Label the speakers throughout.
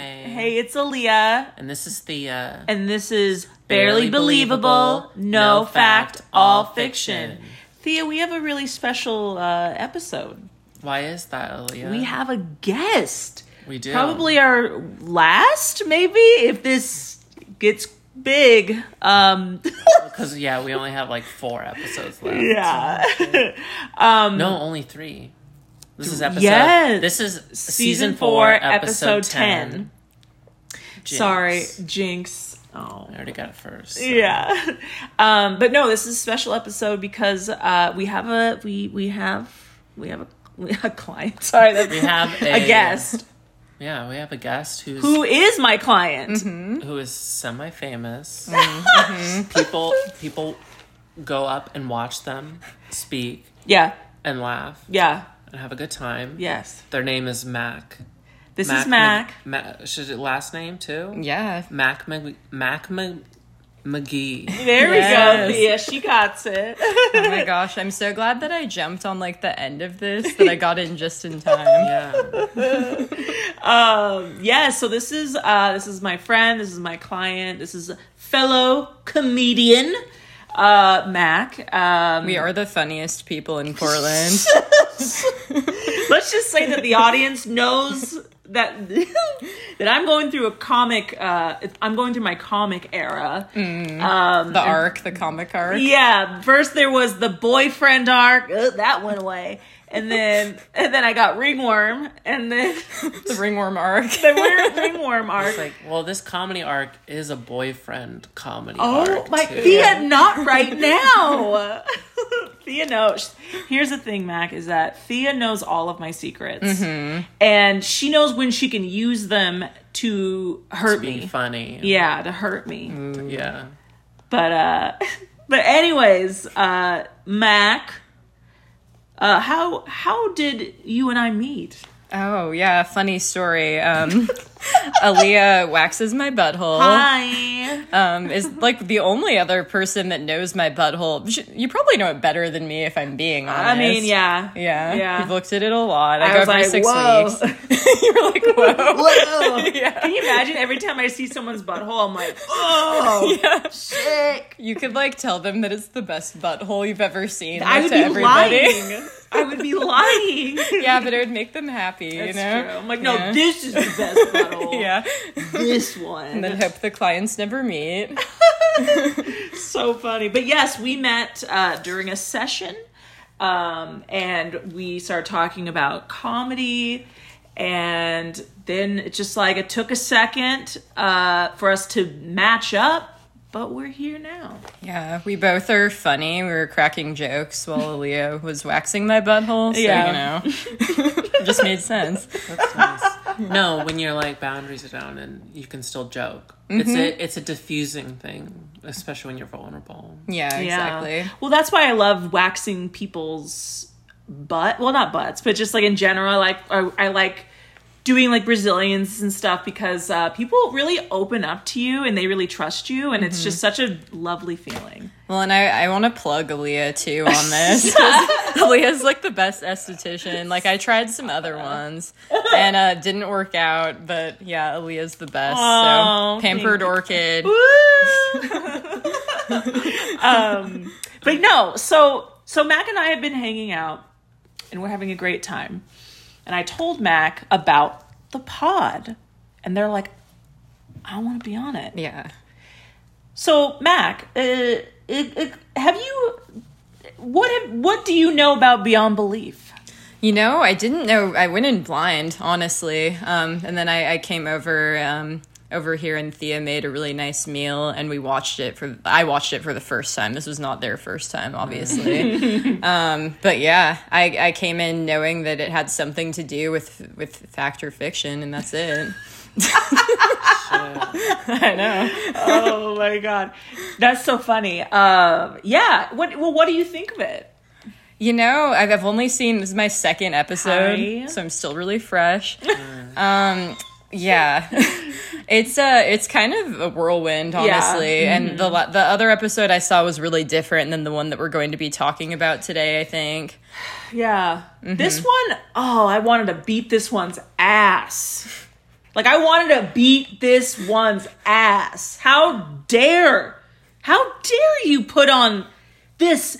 Speaker 1: It's Aaliyah,
Speaker 2: And this is the uh
Speaker 1: and this is Barely,
Speaker 2: Barely
Speaker 1: believable,
Speaker 2: Believable,
Speaker 1: No
Speaker 2: No
Speaker 1: Fact,
Speaker 2: Fact,
Speaker 1: All
Speaker 2: All
Speaker 1: Fiction.
Speaker 2: Fiction.
Speaker 1: Thea, we have a really special uh, episode.
Speaker 2: why is that, Aaliyah?
Speaker 1: We have a guest.
Speaker 2: we do
Speaker 1: Probably our last, maybe, if this gets big. Um,
Speaker 2: because yeah, we only have like four episodes left.
Speaker 1: yeah.
Speaker 2: No, only three. This is episode.
Speaker 1: Yes.
Speaker 2: This is season,
Speaker 1: Season
Speaker 2: four,
Speaker 1: four,
Speaker 2: episode,
Speaker 1: episode
Speaker 2: 10.
Speaker 1: 10.
Speaker 2: Jinx.
Speaker 1: Sorry, Jinx. Oh.
Speaker 2: I already got it first. so-
Speaker 1: Yeah. Um, but no, this is a special episode because uh, we have a we we have we have a, we have a client. Sorry, that's
Speaker 2: We have a,
Speaker 1: a guest
Speaker 2: Yeah, we have a guest who's
Speaker 1: who is my client.
Speaker 2: who is semi famous.
Speaker 1: Mm-hmm.
Speaker 2: people people go up and watch them speak
Speaker 1: Yeah.
Speaker 2: and laugh
Speaker 1: Yeah.
Speaker 2: and have a good time.
Speaker 1: Yes.
Speaker 2: Their name is Mac.
Speaker 1: This is Mac.
Speaker 2: Mac. Should it last name too?
Speaker 3: Yeah.
Speaker 2: Mac Mag- Mac Mag- McGee.
Speaker 1: There
Speaker 3: Yes.
Speaker 1: we go. Yeah, she got it.
Speaker 3: Oh my gosh, I'm so glad that I jumped on like the end of this that I got in just in time.
Speaker 2: Yeah.
Speaker 1: um, yeah. So this is uh, this is my friend. This is my client. This is a fellow comedian, uh, Mac. Um,
Speaker 3: We are the funniest people in Portland.
Speaker 1: let's just say that the audience knows that that I'm going through a comic. Uh, I'm going through my comic era.
Speaker 2: Mm.
Speaker 3: the arc, the comic arc.
Speaker 1: Yeah, first there was the boyfriend arc. Ugh, that went away, and then and then I got ringworm, and then
Speaker 3: The ringworm arc.
Speaker 1: the weird ringworm arc.
Speaker 2: It's like, well, this comedy arc is a boyfriend comedy
Speaker 1: Oh
Speaker 2: arc.
Speaker 1: my
Speaker 2: too.
Speaker 1: Thea, not right now. Thea knows. Here's the thing, Mac, is that Thea knows all of my secrets,
Speaker 2: Mm-hmm.
Speaker 1: and she knows when she can use them to hurt
Speaker 2: Being
Speaker 1: me.
Speaker 2: funny.
Speaker 1: Yeah, to hurt me.
Speaker 2: Yeah.
Speaker 1: But uh, but anyways, uh, Mac, uh, how how did you and I meet?
Speaker 3: Oh yeah, funny story. Um Aaliyah waxes my butthole.
Speaker 1: Hi.
Speaker 3: Um is like the only other person that knows my butthole. Sh- You probably know it better than me if I'm being honest.
Speaker 1: I mean, yeah,
Speaker 3: Yeah.
Speaker 1: Yeah.
Speaker 3: You've looked at it a lot. I,
Speaker 1: I
Speaker 3: go
Speaker 1: was
Speaker 3: every
Speaker 1: like,
Speaker 3: six
Speaker 1: whoa.
Speaker 3: weeks. you were like, whoa.
Speaker 1: Can you imagine every time I see someone's butthole, I'm like, oh, sick.
Speaker 3: You could like tell them that it's the best butthole you've ever seen.
Speaker 1: I
Speaker 3: like,
Speaker 1: would
Speaker 3: to
Speaker 1: be
Speaker 3: everybody.
Speaker 1: lying. I would be lying.
Speaker 3: yeah, but it would make them happy, you
Speaker 1: That's
Speaker 3: know?
Speaker 1: true. I'm like, no,
Speaker 3: Yeah.
Speaker 1: this is the best bottle.
Speaker 3: Yeah.
Speaker 1: This one.
Speaker 3: And then hope the clients never meet.
Speaker 1: so funny. But yes, we met uh, during a session um, and we started talking about comedy. And then it just like it took a second uh, for us to match up, but we're here now.
Speaker 3: Yeah, we both are funny. We were cracking jokes while Leo was waxing my butthole. So,
Speaker 1: Yeah.
Speaker 3: you know, just made sense.
Speaker 2: That's nice. no, when you're like boundaries are down and you can still joke. It's
Speaker 1: Mm-hmm.
Speaker 2: a it's a diffusing thing, especially when you're vulnerable.
Speaker 3: Yeah, exactly.
Speaker 1: Well, that's why I love waxing people's butt. Well, not butts, but just like in general, like I, I like doing like Brazilians and stuff because uh, people really open up to you and they really trust you, and it's just such a lovely feeling.
Speaker 3: Well, and I, I want to plug Aaliyah too on this. 'cause Aaliyah's like the best esthetician. Like, I tried some other
Speaker 1: Uh-huh.
Speaker 3: ones and uh, didn't work out, but yeah, Aaliyah's the best.
Speaker 1: Aw,
Speaker 3: so, Pampered
Speaker 1: thank you.
Speaker 3: Orchid.
Speaker 1: um, but no, so so Mac and I have been hanging out, and we're having a great time. And I told Mac about the pod, and they're like, "I want to be on it."
Speaker 3: Yeah.
Speaker 1: So Mac, uh, uh, uh, have you what have, what do you know about Beyond Belief?
Speaker 3: You know, I didn't know. I went in blind, honestly, um, and then I, I came over um, over here, and Thea made a really nice meal, and we watched it for. I watched it for the first time. This was not their first time, obviously, um, but yeah, I, I came in knowing that it had something to do with with fact or fiction, and that's it. I know.
Speaker 1: oh my god, that's so funny. Um, yeah. What well, what do you think of it?
Speaker 3: You know, I've, I've only seen this is my second episode,
Speaker 1: Hi.
Speaker 3: so I'm still really fresh. um, yeah, it's uh it's kind of a whirlwind, honestly. And the la- the other episode I saw was really different than the one that we're going to be talking about today. I think.
Speaker 2: Mm-hmm.
Speaker 1: Yeah. This one, oh, I wanted to beat this one's ass. Like I wanted to beat this one's ass. How dare? How dare you put on this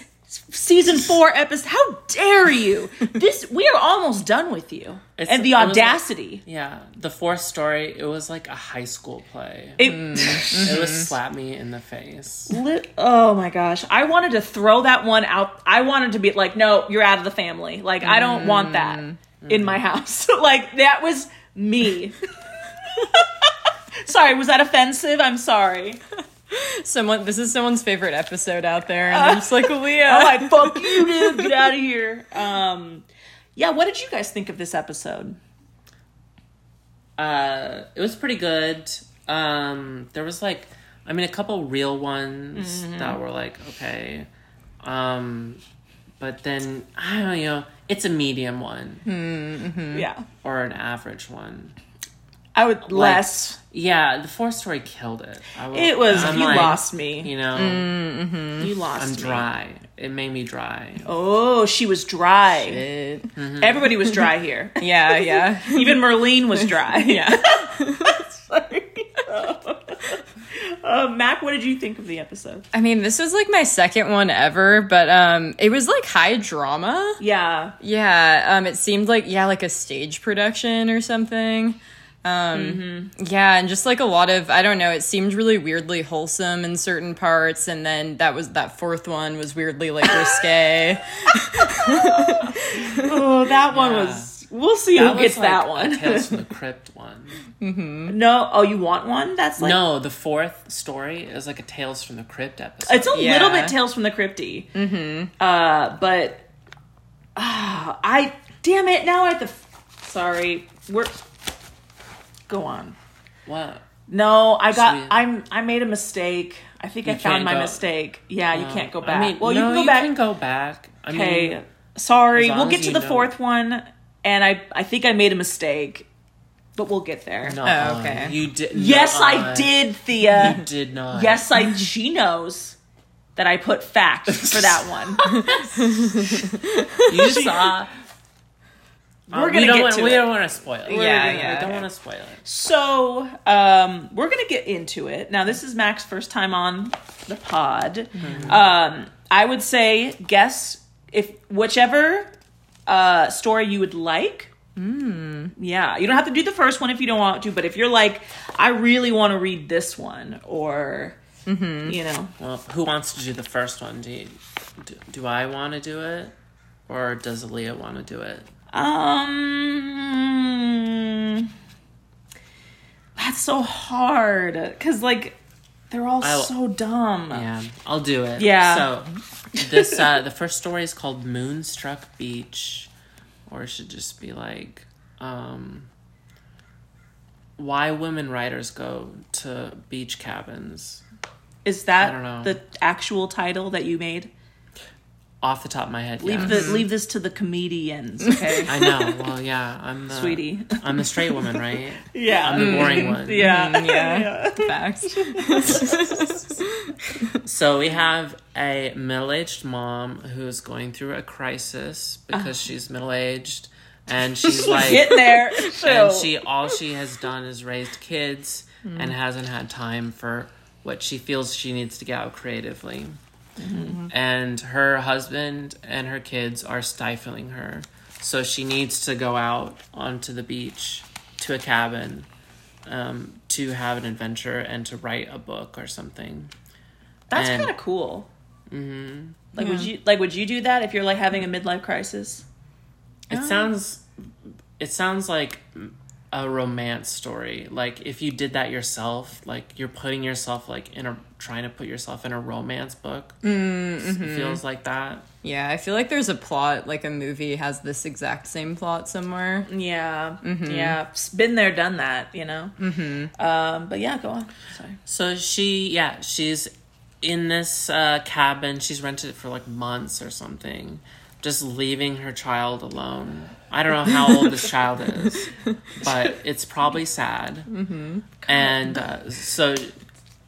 Speaker 1: season 4 episode? How dare you? This we are almost done with you.
Speaker 2: It's-
Speaker 1: and the
Speaker 2: it was like-
Speaker 1: audacity.
Speaker 2: Yeah, the fourth story, it was like a high school play. It,
Speaker 1: It Mm-hmm.
Speaker 2: was slap me in the face.
Speaker 1: lit- oh my gosh. I wanted to throw that one out. I wanted to be like, "No, you're out of the family." Like I don't want that
Speaker 2: Mm-hmm.
Speaker 1: in my house. like that was me. sorry, was that offensive? I'm sorry.
Speaker 3: Someone, this is someone's favorite episode out there, and I'm just like, Leah.
Speaker 1: I'm like, fuck you, dude. Get out of here. Um, yeah, what did you guys think of this episode?
Speaker 2: Uh, it was pretty good. Um, there was like, I mean, a couple real ones
Speaker 1: Mm-hmm.
Speaker 2: that were like, okay. Um, but then, I don't know, it's a medium one
Speaker 1: Hmm.
Speaker 2: Mm.
Speaker 1: Yeah.
Speaker 2: or an average one.
Speaker 1: I would less.
Speaker 2: Yeah, the fourth story killed it. I
Speaker 1: It was,
Speaker 2: I'm
Speaker 1: you
Speaker 2: like,
Speaker 1: lost me. Mm.
Speaker 2: You know,
Speaker 1: You lost
Speaker 2: I'm
Speaker 1: me.
Speaker 2: dry. It made me dry.
Speaker 1: Oh, she was dry.
Speaker 3: It-
Speaker 1: Everybody was dry here.
Speaker 3: yeah, yeah,
Speaker 1: Even Merlene was dry.
Speaker 3: yeah.
Speaker 1: Sorry. uh, Mac, what did you think of the episode?
Speaker 3: I mean, this was like my second one ever, but um, it was like high drama.
Speaker 1: Yeah.
Speaker 3: Yeah, um, it seemed like yeah, like a stage production or something. Um,
Speaker 1: Mm-hmm.
Speaker 3: yeah, and just like a lot of I don't know, it seemed really weirdly wholesome in certain parts, and then that was that fourth one was weirdly like risque.
Speaker 1: Oh, that one
Speaker 2: Yeah.
Speaker 1: was. We'll see
Speaker 2: That
Speaker 1: who
Speaker 2: was
Speaker 1: gets
Speaker 2: like
Speaker 1: that
Speaker 2: a
Speaker 1: one.
Speaker 2: Tales from the Crypt one.
Speaker 1: no. Oh, you want one? That's like.
Speaker 2: no, the fourth story is like a Tales from the Crypt episode.
Speaker 1: It's a
Speaker 3: Yeah.
Speaker 1: little bit Tales from the Crypty. Mm-hmm. Uh, but uh, I damn it now I have to. f- Sorry, we're go on.
Speaker 2: what?
Speaker 1: No, I got.
Speaker 2: Sweet.
Speaker 1: I'm. I made a mistake. I think I
Speaker 2: can't
Speaker 1: found my
Speaker 2: go-
Speaker 1: mistake. Yeah, you can't go back.
Speaker 2: I mean,
Speaker 1: well, you
Speaker 2: no,
Speaker 1: can go back.
Speaker 2: You can go back. I
Speaker 1: okay,
Speaker 2: mean,
Speaker 1: sorry.
Speaker 2: as
Speaker 1: We'll
Speaker 2: long
Speaker 1: get
Speaker 2: as
Speaker 1: to
Speaker 2: you
Speaker 1: the
Speaker 2: know.
Speaker 1: fourth one, and I. I think I made a mistake, but we'll get there.
Speaker 2: no,
Speaker 3: Oh, okay.
Speaker 2: You did.
Speaker 1: Yes, I
Speaker 2: nuh-uh.
Speaker 1: did,
Speaker 2: You
Speaker 1: Thea.
Speaker 2: did not.
Speaker 1: Yes, I. She knows that I put fact for that one.
Speaker 2: you saw. Uh,
Speaker 1: We're
Speaker 2: we
Speaker 1: gonna
Speaker 2: don't
Speaker 1: get
Speaker 2: want,
Speaker 1: to
Speaker 2: We
Speaker 1: it.
Speaker 2: don't want to spoil it.
Speaker 3: Yeah,
Speaker 2: We're gonna-
Speaker 3: yeah,
Speaker 2: We don't
Speaker 3: okay.
Speaker 2: want to spoil it.
Speaker 1: So um, we're gonna get into it now. This is Mac's first time on the pod. Um, I would say guess if whichever uh, story you would like. Yeah, you don't have to do the first one if you don't want to, but if you're like, I really want to read this one, or you know,
Speaker 2: Well, who wants to do the first one? Do you, do, do I want to do it, or does Leah want to do it?
Speaker 1: um, that's so hard because like they're all
Speaker 2: I'll-
Speaker 1: so dumb.
Speaker 2: Yeah, I'll do it.
Speaker 1: Yeah.
Speaker 2: So this uh the first story is called Moonstruck Beach or it should just be like um why women writers go to beach cabins.
Speaker 1: Is that
Speaker 2: I don't know.
Speaker 1: the actual title that you made?
Speaker 2: Off the top of my head.
Speaker 1: Leave
Speaker 2: yeah.
Speaker 1: the leave this to the comedians, okay,
Speaker 2: I know. Well, yeah, I'm the
Speaker 1: sweetie.
Speaker 2: I'm the straight woman, right?
Speaker 1: Yeah. Mm-hmm.
Speaker 2: I'm the boring one.
Speaker 1: Um, yeah.
Speaker 3: Mm, yeah. Facts.
Speaker 2: So we have a middle-aged mom who's going through a crisis because she's middle-aged and she's like
Speaker 1: Get there.
Speaker 2: and
Speaker 1: So,
Speaker 2: she all she has done is raised kids and hasn't had time for what she feels she needs to get out creatively and her husband and her kids are stifling her so she needs to go out onto the beach to a cabin um, to have an adventure and to write a book or something
Speaker 1: that's
Speaker 2: and-
Speaker 1: kind of cool. Like would you like would you do that if you're like having a midlife crisis?
Speaker 2: It sounds it sounds like a romance story. Like if you did that yourself, like you're putting yourself like in a trying to put yourself in a romance book. It feels like that.
Speaker 3: Yeah, I feel like there's a plot, like a movie has this exact same plot somewhere.
Speaker 1: Yeah, yeah. S- Been there, done that. You know. Mm-hmm. Um, but yeah, go on. Sorry.
Speaker 2: So she yeah, she's in this uh cabin. She's rented it for like months or something. Just leaving her child alone. I don't know how old this child is, but it's probably sad. and uh, so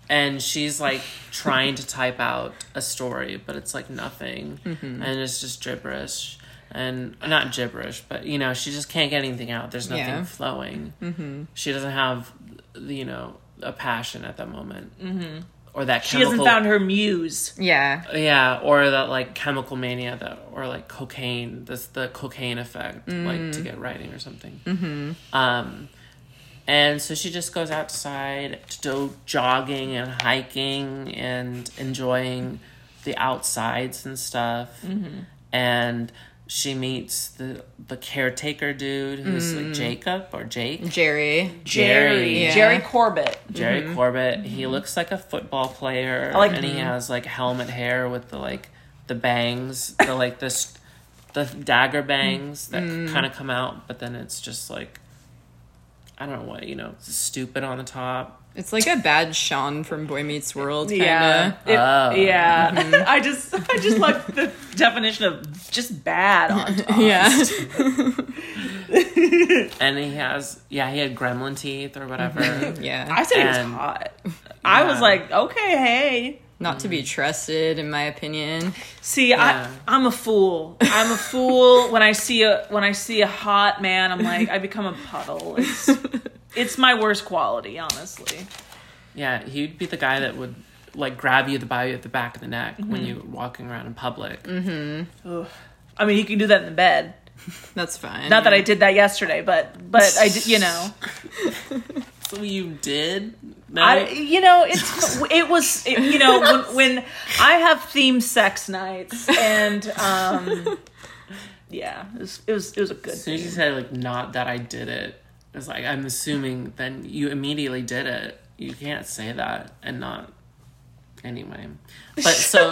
Speaker 2: and she's like trying to type out a story but it's like nothing and it's just gibberish and not gibberish, but you know, she just can't get anything out. There's nothing
Speaker 3: Yeah.
Speaker 2: flowing. Mm-hmm. She doesn't have, you know, a passion at that moment, mm-hmm. or that
Speaker 1: She
Speaker 2: chemical,
Speaker 1: hasn't found her muse.
Speaker 3: Yeah.
Speaker 2: yeah, or that like chemical mania that, or like cocaine. That's the cocaine effect, like
Speaker 1: Mm.
Speaker 2: to get writing or something. Mm-hmm. Um, and so she just goes outside to do jogging and hiking and enjoying the outsides and stuff.
Speaker 1: Mm-hmm.
Speaker 2: And she meets the the caretaker dude who's like Jacob or Jake.
Speaker 3: Jerry.
Speaker 1: Mm. Jerry.
Speaker 2: Jerry. Yeah.
Speaker 1: Jerry Corbett.
Speaker 2: Jerry Corbett. He looks like a football player,
Speaker 1: Mm-hmm. I like-
Speaker 2: and he has like helmet hair with the like the bangs, the like this the dagger bangs that
Speaker 1: Mm-hmm.
Speaker 2: kind of come out, but then it's just like I don't know what you know, stupid on the top.
Speaker 3: It's like a bad Sean from Boy Meets World. Kinda.
Speaker 1: Yeah. It-
Speaker 2: Oh.
Speaker 1: Yeah. I just I just love the definition of just bad on top.
Speaker 3: Yeah.
Speaker 2: And he has yeah, he had gremlin teeth or whatever.
Speaker 1: I
Speaker 3: yeah.
Speaker 1: said he was
Speaker 2: And-
Speaker 1: hot. I was
Speaker 2: Yeah.
Speaker 1: like, okay, hey.
Speaker 3: Not to be trusted, in my opinion.
Speaker 1: See,
Speaker 2: Yeah.
Speaker 1: I I'm a fool. I'm a fool when I see a when I see a hot man, I'm like, I become a puddle. It's it's my worst quality, honestly.
Speaker 2: yeah, he'd be the guy that would like grab you the by you at the back of the neck
Speaker 1: Mm-hmm.
Speaker 2: when you were walking around in public.
Speaker 1: Ugh. I mean, you can do that in the bed.
Speaker 3: That's fine.
Speaker 1: Not that I did that yesterday, but but I did, you know.
Speaker 2: So you did? No.
Speaker 1: I, you know, it's it was it, you know when, when I have theme sex nights and um, yeah, it was it was, it was a good.
Speaker 2: As soon as you
Speaker 1: Thing.
Speaker 2: said like not that I did it, it's like I'm assuming then you immediately did it. You can't say that and not anyway. But so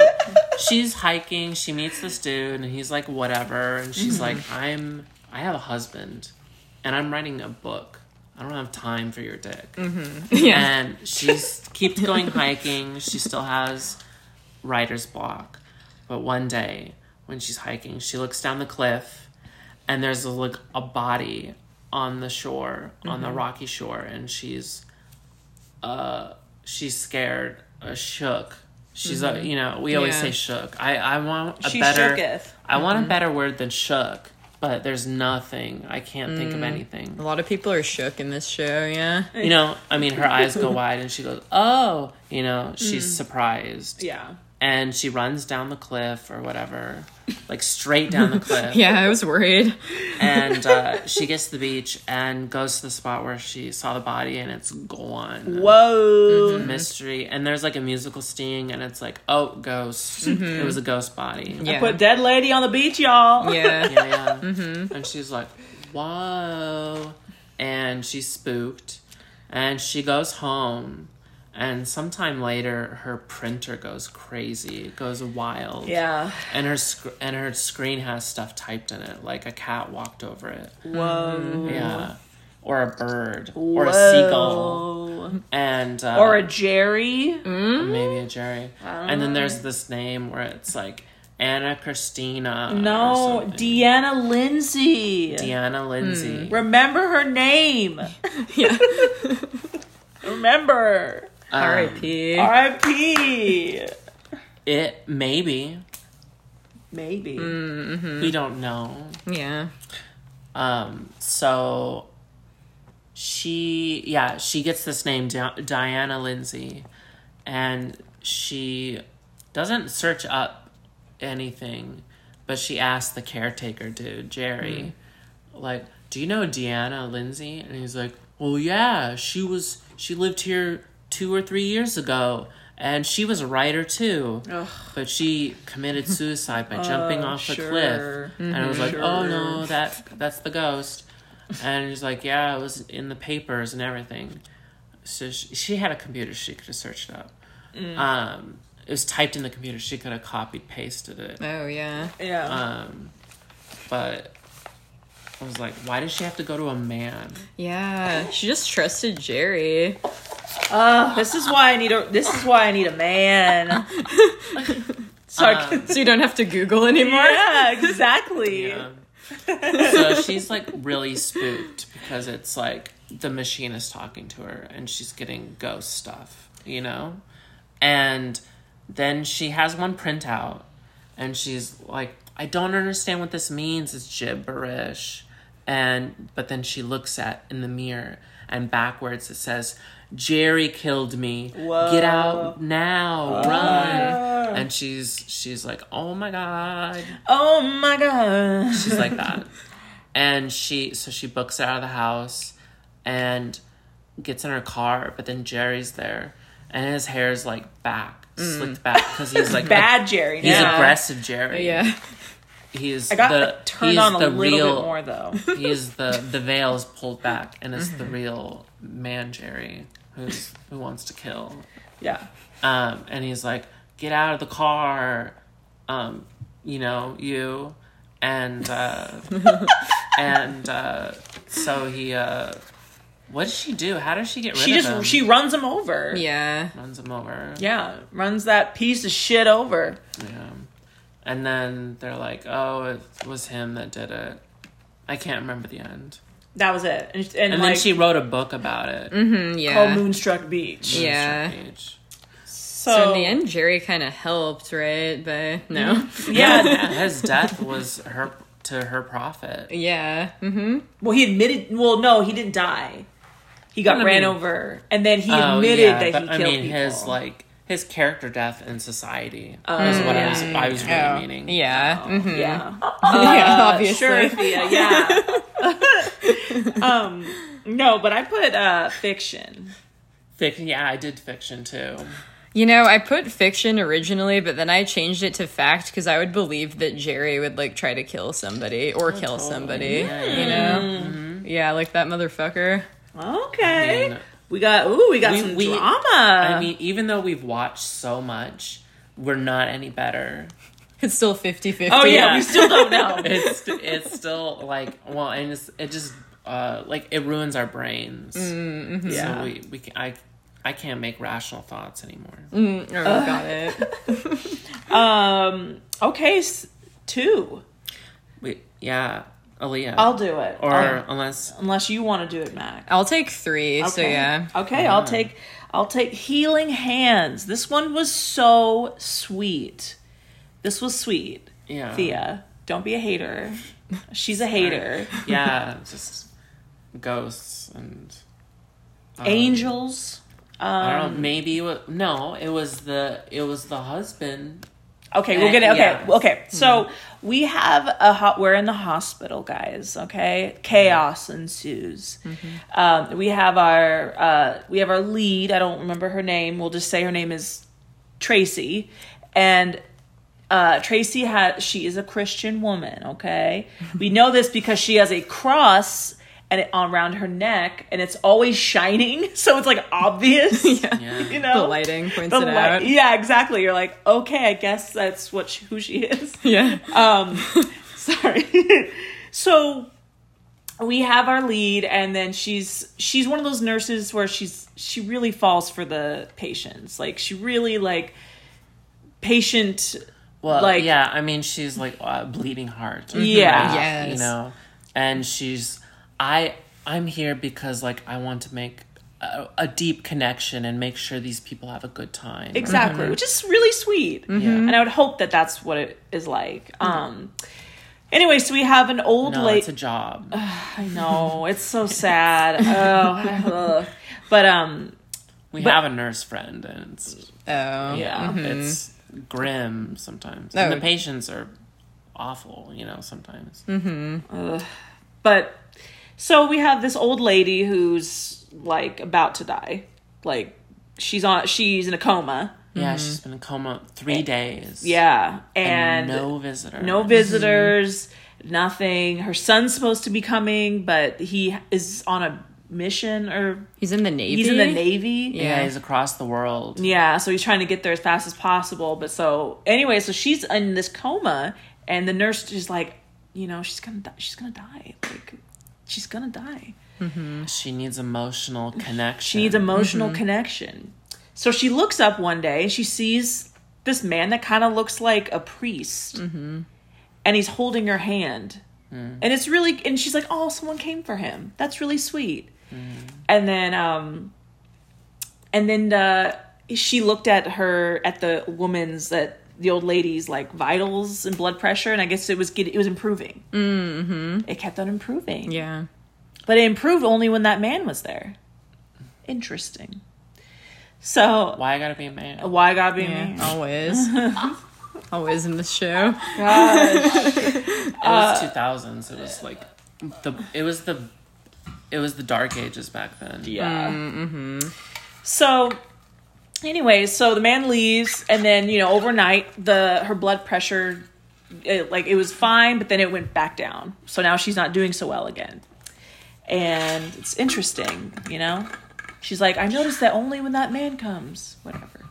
Speaker 2: she's hiking, she meets this dude and he's like whatever and she's like I'm I have a husband and I'm writing a book. I don't have time for your dick.
Speaker 3: yeah.
Speaker 2: And she keeps going hiking. She still has writer's block. But one day, when she's hiking, she looks down the cliff and there's a, like a body on the shore, on
Speaker 1: Mm-hmm.
Speaker 2: the rocky shore, and she's uh she's scared, uh, shook. She's uh you know, we always
Speaker 3: Yeah.
Speaker 2: say shook. I I want a
Speaker 1: Mm-hmm. She
Speaker 2: better
Speaker 1: shooketh. Mm-hmm.
Speaker 2: I want a better word than shook, but there's nothing. I can't think
Speaker 1: Mm.
Speaker 2: of anything
Speaker 3: A lot of people are shook in this show. Yeah.
Speaker 2: you know, I mean, her eyes go wide and she goes, "Oh," you know, she's
Speaker 1: Mm.
Speaker 2: surprised,
Speaker 1: Yeah,
Speaker 2: and she runs down the cliff or whatever, like straight down the cliff,
Speaker 3: Yeah, I was worried.
Speaker 2: and uh, she gets to the beach and goes to the spot where she saw the body and it's gone.
Speaker 1: whoa,
Speaker 2: Mystery, and there's like a musical sting, and it's like, oh, ghost. It was a ghost body.
Speaker 3: Mm-hmm. Yeah.
Speaker 1: put dead lady on the beach, y'all.
Speaker 3: yeah.
Speaker 2: Mm-hmm. yeah, yeah.
Speaker 3: Mm-hmm.
Speaker 2: And she's like, whoa. And she's spooked. And she goes home. And sometime later, her printer goes crazy. It goes wild.
Speaker 1: Yeah,
Speaker 2: And her sc- and her screen has stuff typed in it, like a cat walked over it.
Speaker 1: whoa,
Speaker 2: Yeah. Or a bird. Mm-hmm. Or
Speaker 1: Whoa.
Speaker 2: a seagull. Mm, And uh,
Speaker 1: or a Jerry.
Speaker 2: maybe a Jerry. And then there's this name where it's like Anna Christina. or
Speaker 1: No,
Speaker 2: something.
Speaker 1: Deanna Lindsay.
Speaker 2: Deanna Lindsay.
Speaker 1: Hmm. Remember her name.
Speaker 3: Yeah.
Speaker 1: Remember.
Speaker 2: Um,
Speaker 3: R.I.P.
Speaker 1: R.I.P.
Speaker 2: It maybe
Speaker 1: Maybe. Hmm.
Speaker 2: we don't know.
Speaker 3: yeah.
Speaker 2: Um, so she, yeah, she gets this name Di- Diana Lindsay, and she doesn't search up anything, but she asks the caretaker dude Jerry, like, "Do you know Deanna Lindsay?" And he's like, "Well, yeah, she was she lived here two or three years ago." And she was a writer too, but she committed suicide by jumping off the
Speaker 1: Oh, sure. Mm-hmm.
Speaker 2: cliff. And I was like, "Oh
Speaker 1: Sure.
Speaker 2: no, that that's the ghost." And he's like, "Yeah, it was in the papers and everything." So she, she had a computer; she could have searched it up.
Speaker 1: Mm.
Speaker 2: Um, it was typed in the computer; she could have copied pasted it.
Speaker 3: Oh yeah.
Speaker 1: Yeah.
Speaker 2: Um, but I was like, "Why does she have to go to a man?"
Speaker 3: Yeah. She just trusted Jerry.
Speaker 1: Uh, this is why I need a. This is why I need a man.
Speaker 2: Um,
Speaker 1: Sarc-
Speaker 3: So you don't have to Google anymore.
Speaker 1: yeah, exactly.
Speaker 2: Yeah. so she's like really spooked because it's like the machine is talking to her and she's getting ghost stuff, you know? And then she has one printout and she's like, I don't understand what this means. It's gibberish. And but then she looks at in the mirror and backwards it says, Jerry killed me.
Speaker 1: Whoa.
Speaker 2: Get out now. Run. And she's she's like, Oh my god.
Speaker 1: Oh my god.
Speaker 2: She's like that. and she so she books it out of the house and gets in her car, but then Jerry's there and his hair's like back,
Speaker 1: Mm.
Speaker 2: slicked back because he's like
Speaker 1: Bad Jerry.
Speaker 2: he's
Speaker 1: now.
Speaker 2: aggressive Jerry.
Speaker 3: Yeah.
Speaker 2: He's
Speaker 1: I got
Speaker 2: the
Speaker 1: like, turned
Speaker 2: he's
Speaker 1: on a
Speaker 2: the
Speaker 1: little
Speaker 2: real
Speaker 1: bit more though.
Speaker 2: he is the the veil's pulled back and it's
Speaker 1: Mm-hmm.
Speaker 2: the real man Jerry who's who wants to kill.
Speaker 1: Yeah.
Speaker 2: Um and he's like, Get out of the car um, you know, you and uh and uh so he uh what does she do? How does she get rid
Speaker 1: She
Speaker 2: of
Speaker 1: just
Speaker 2: him?
Speaker 1: she runs him over.
Speaker 3: Yeah.
Speaker 2: runs him over.
Speaker 1: Yeah, runs that piece of shit over.
Speaker 2: Yeah. And then they're like, Oh, it was him that did it. I can't remember the end.
Speaker 1: That was it. And, and,
Speaker 2: And
Speaker 1: like, Mm-hmm.
Speaker 2: then she wrote a book about it.
Speaker 3: Mm, yeah.
Speaker 1: called Moonstruck Beach.
Speaker 3: Yeah.
Speaker 1: So,
Speaker 3: So, in the end, Jerry kind of helped, right? But no.
Speaker 1: yeah.
Speaker 2: his death was her to her profit.
Speaker 3: yeah. Mm-hmm.
Speaker 1: well, he admitted. Well, no, he didn't die. He got
Speaker 2: No, I
Speaker 1: ran
Speaker 2: mean-
Speaker 1: over, and then he
Speaker 2: Oh,
Speaker 1: admitted
Speaker 2: yeah,
Speaker 1: that
Speaker 2: but,
Speaker 1: he
Speaker 2: I
Speaker 1: killed
Speaker 2: mean,
Speaker 1: people. Oh,
Speaker 2: his like his character death in society is what I was I was really meaning.
Speaker 3: Yeah. Mm-hmm.
Speaker 1: yeah.
Speaker 3: yeah.
Speaker 1: Uh,
Speaker 3: Obviously.
Speaker 1: Sure, Thea, yeah. um, no, but I put uh, fiction.
Speaker 2: Fic- yeah, I did fiction too.
Speaker 3: You know, I put fiction originally, but then I changed it to fact because I would believe that Jerry would like try to kill somebody
Speaker 1: Oh,
Speaker 3: or kill somebody. You know? Yeah, like that motherfucker.
Speaker 1: Okay.
Speaker 2: I mean-
Speaker 1: we got ooh, we got
Speaker 2: We-
Speaker 1: some
Speaker 2: we-
Speaker 1: drama.
Speaker 2: I mean, even though we've watched so much, we're not any better.
Speaker 3: It's still 50 50.
Speaker 1: oh yeah,
Speaker 2: yeah.
Speaker 1: we still don't know.
Speaker 2: It's it's still like well, and it's, it just uh like it ruins our brains.
Speaker 1: Mm-hmm. yeah.
Speaker 2: So we we can, I I can't make rational thoughts anymore.
Speaker 1: Mm.
Speaker 3: Mm, oh, got it.
Speaker 1: Um. Okay. s- Two.
Speaker 2: We, yeah, Aaliyah.
Speaker 1: I'll do it.
Speaker 2: or
Speaker 1: I'll-
Speaker 2: unless
Speaker 1: unless you want to do it, Mac.
Speaker 3: I'll take three. So yeah.
Speaker 1: Okay. I'll take. I'll take healing hands. This one was so sweet. This was sweet.
Speaker 2: yeah
Speaker 1: Thea, don't be a hater. She's a hater.
Speaker 2: yeah just ghosts and um,
Speaker 1: Angels.
Speaker 2: I don't
Speaker 1: Um,
Speaker 2: know, maybe it was, no it was the it was the husband
Speaker 1: okay, we're gonna
Speaker 2: Eh,
Speaker 1: okay,
Speaker 2: yeah.
Speaker 1: okay. So we have a hot. We're in the hospital, guys. Okay, chaos ensues. Um, we have our uh, we have our lead. I don't remember her name. We'll just say her name is Tracy, and uh, Tracy has she is a Christian woman. Okay, we know this because she has a cross and it around her neck, and it's always shining, so it's like obvious.
Speaker 2: Yeah.
Speaker 1: You know,
Speaker 3: The lighting points
Speaker 1: The
Speaker 3: it
Speaker 1: light-
Speaker 3: out.
Speaker 1: Yeah, exactly. You're like, okay, I guess that's what she, who she is.
Speaker 3: Yeah.
Speaker 1: Um, sorry. so we have our lead, and then she's she's one of those nurses where she's she really falls for the patients. Like she really like patient.
Speaker 2: well
Speaker 1: Like-
Speaker 2: yeah I mean she's like uh, bleeding heart
Speaker 1: Yeah.
Speaker 2: Yeah, you
Speaker 3: Yes.
Speaker 2: know and she's I I'm here because like I want to make a, a deep connection and make sure these people have a good time
Speaker 1: Exactly,
Speaker 2: Mm-hmm.
Speaker 1: which is really sweet. And I would hope that that's what it is like. Um. Anyway, so we have an old
Speaker 2: Mm-hmm. no
Speaker 1: lady.
Speaker 2: it's a job
Speaker 3: uh,
Speaker 1: I know it's so sad. oh, ugh. but um,
Speaker 2: we have a nurse friend and it's
Speaker 3: Oh.
Speaker 1: yeah.
Speaker 2: it's grim sometimes and
Speaker 3: Oh.
Speaker 2: the patients are awful you know sometimes
Speaker 1: But so we have this old lady who's like about to die. Like she's on she's in a coma.
Speaker 2: yeah she's been in coma three days
Speaker 1: Mm-hmm. Yeah. And,
Speaker 2: and no visitor
Speaker 1: no visitors, nothing. Her son's supposed to be coming, but he is on a mission or
Speaker 3: He's in the Navy.
Speaker 1: he's in the navy.
Speaker 2: yeah he's across the world
Speaker 1: Yeah, so he's trying to get there as fast as possible. But so anyway, so she's in this coma, and the nurse is like, you know, she's gonna die. She's gonna die. Like, she's gonna die.
Speaker 2: she needs emotional connection
Speaker 1: Mm-hmm. She needs emotional connection. So she looks up one day and she sees this man that kind of looks like a priest, and he's holding her hand, and it's really. And she's like, "Oh, someone came for him. That's really sweet." And then, um, and then uh, she looked at her at the woman's that the old lady's like vitals and blood pressure, and I guess it was get, it was improving. Mm-hmm. It kept on improving.
Speaker 3: Yeah.
Speaker 1: But it improved only when that man was there. Interesting. So
Speaker 2: Why I gotta be a man?
Speaker 1: why God be
Speaker 3: Yeah.
Speaker 1: me?
Speaker 3: Always. Always in the show.
Speaker 2: It
Speaker 1: Uh,
Speaker 2: was two thousands. It was like the it was the it was the dark ages back then.
Speaker 1: Yeah. So, anyway, so the man leaves, and then you know, overnight, the her blood pressure, it, like it was fine, but then it went back down. So now she's not doing so well again, and it's interesting, you know. She's like, I noticed that only when that man comes, whatever.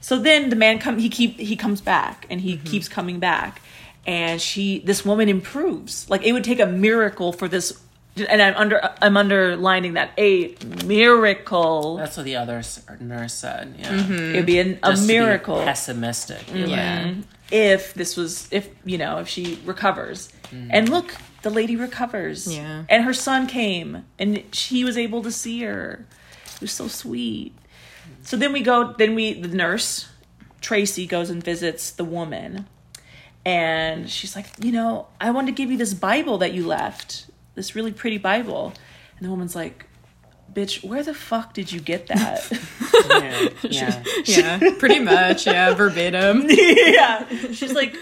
Speaker 1: So then the man come he keep he comes back and
Speaker 2: Mm-hmm.
Speaker 1: he keeps coming back and she this woman improves. Like it would take a miracle for this and I'm under I'm underlining that a miracle.
Speaker 2: That's what the other s- nurse said. Yeah,
Speaker 1: It would be an, Mm-hmm. a
Speaker 2: Just to be
Speaker 1: miracle
Speaker 2: pessimistic. You're like,
Speaker 3: Yeah.
Speaker 1: if this was if you know if she recovers. And look, the lady recovers.
Speaker 3: Yeah.
Speaker 1: And her son came and she was able to see her. It was so sweet. So then we go then we the nurse Tracy goes and visits the woman. And she's like, "You know, I wanted to give you this Bible that you left. This really pretty Bible." And the woman's like, "Bitch, where the fuck did you get that?"
Speaker 2: yeah, yeah.
Speaker 3: Yeah. Pretty much. Yeah. Verbatim.
Speaker 1: yeah. She's like,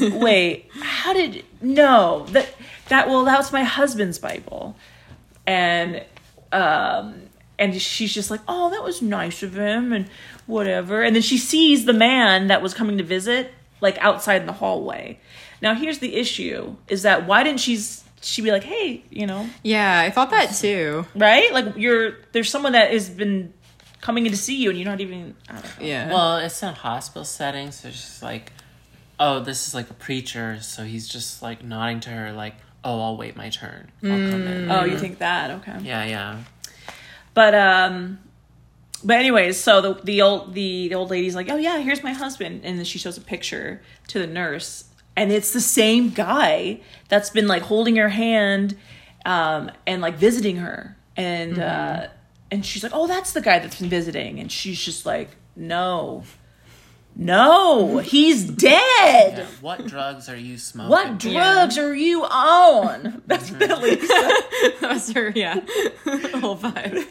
Speaker 1: wait, how did no that that well that was my husband's Bible, and um and she's just like, oh, that was nice of him and whatever, and then she sees the man that was coming to visit like outside in the hallway. Now here's the issue: is that why didn't she's she be like, hey, you know,
Speaker 3: Yeah. I thought that too.
Speaker 1: right? Like you're there's someone that has been coming in to see you and you're not even I don't know.
Speaker 3: Yeah.
Speaker 2: Well, it's in a hospital setting, so she's like, "Oh, this is like a preacher," so he's just like nodding to her, like, "Oh, I'll wait my turn. I'll come in."
Speaker 1: Oh, you think that? Okay.
Speaker 2: Yeah, yeah.
Speaker 1: But um but anyways, so the the old the, the old lady's like, "Oh yeah, here's my husband." And then she shows a picture to the nurse, and it's the same guy that's been like holding her hand um and like visiting her. And uh and she's like, "Oh, that's the guy that's been visiting." And she's just like, "No. No, he's dead."
Speaker 2: Yeah. What drugs are you smoking?
Speaker 1: What drugs are you on? That's what the lady said.
Speaker 3: that was her. Yeah. Whole vibe.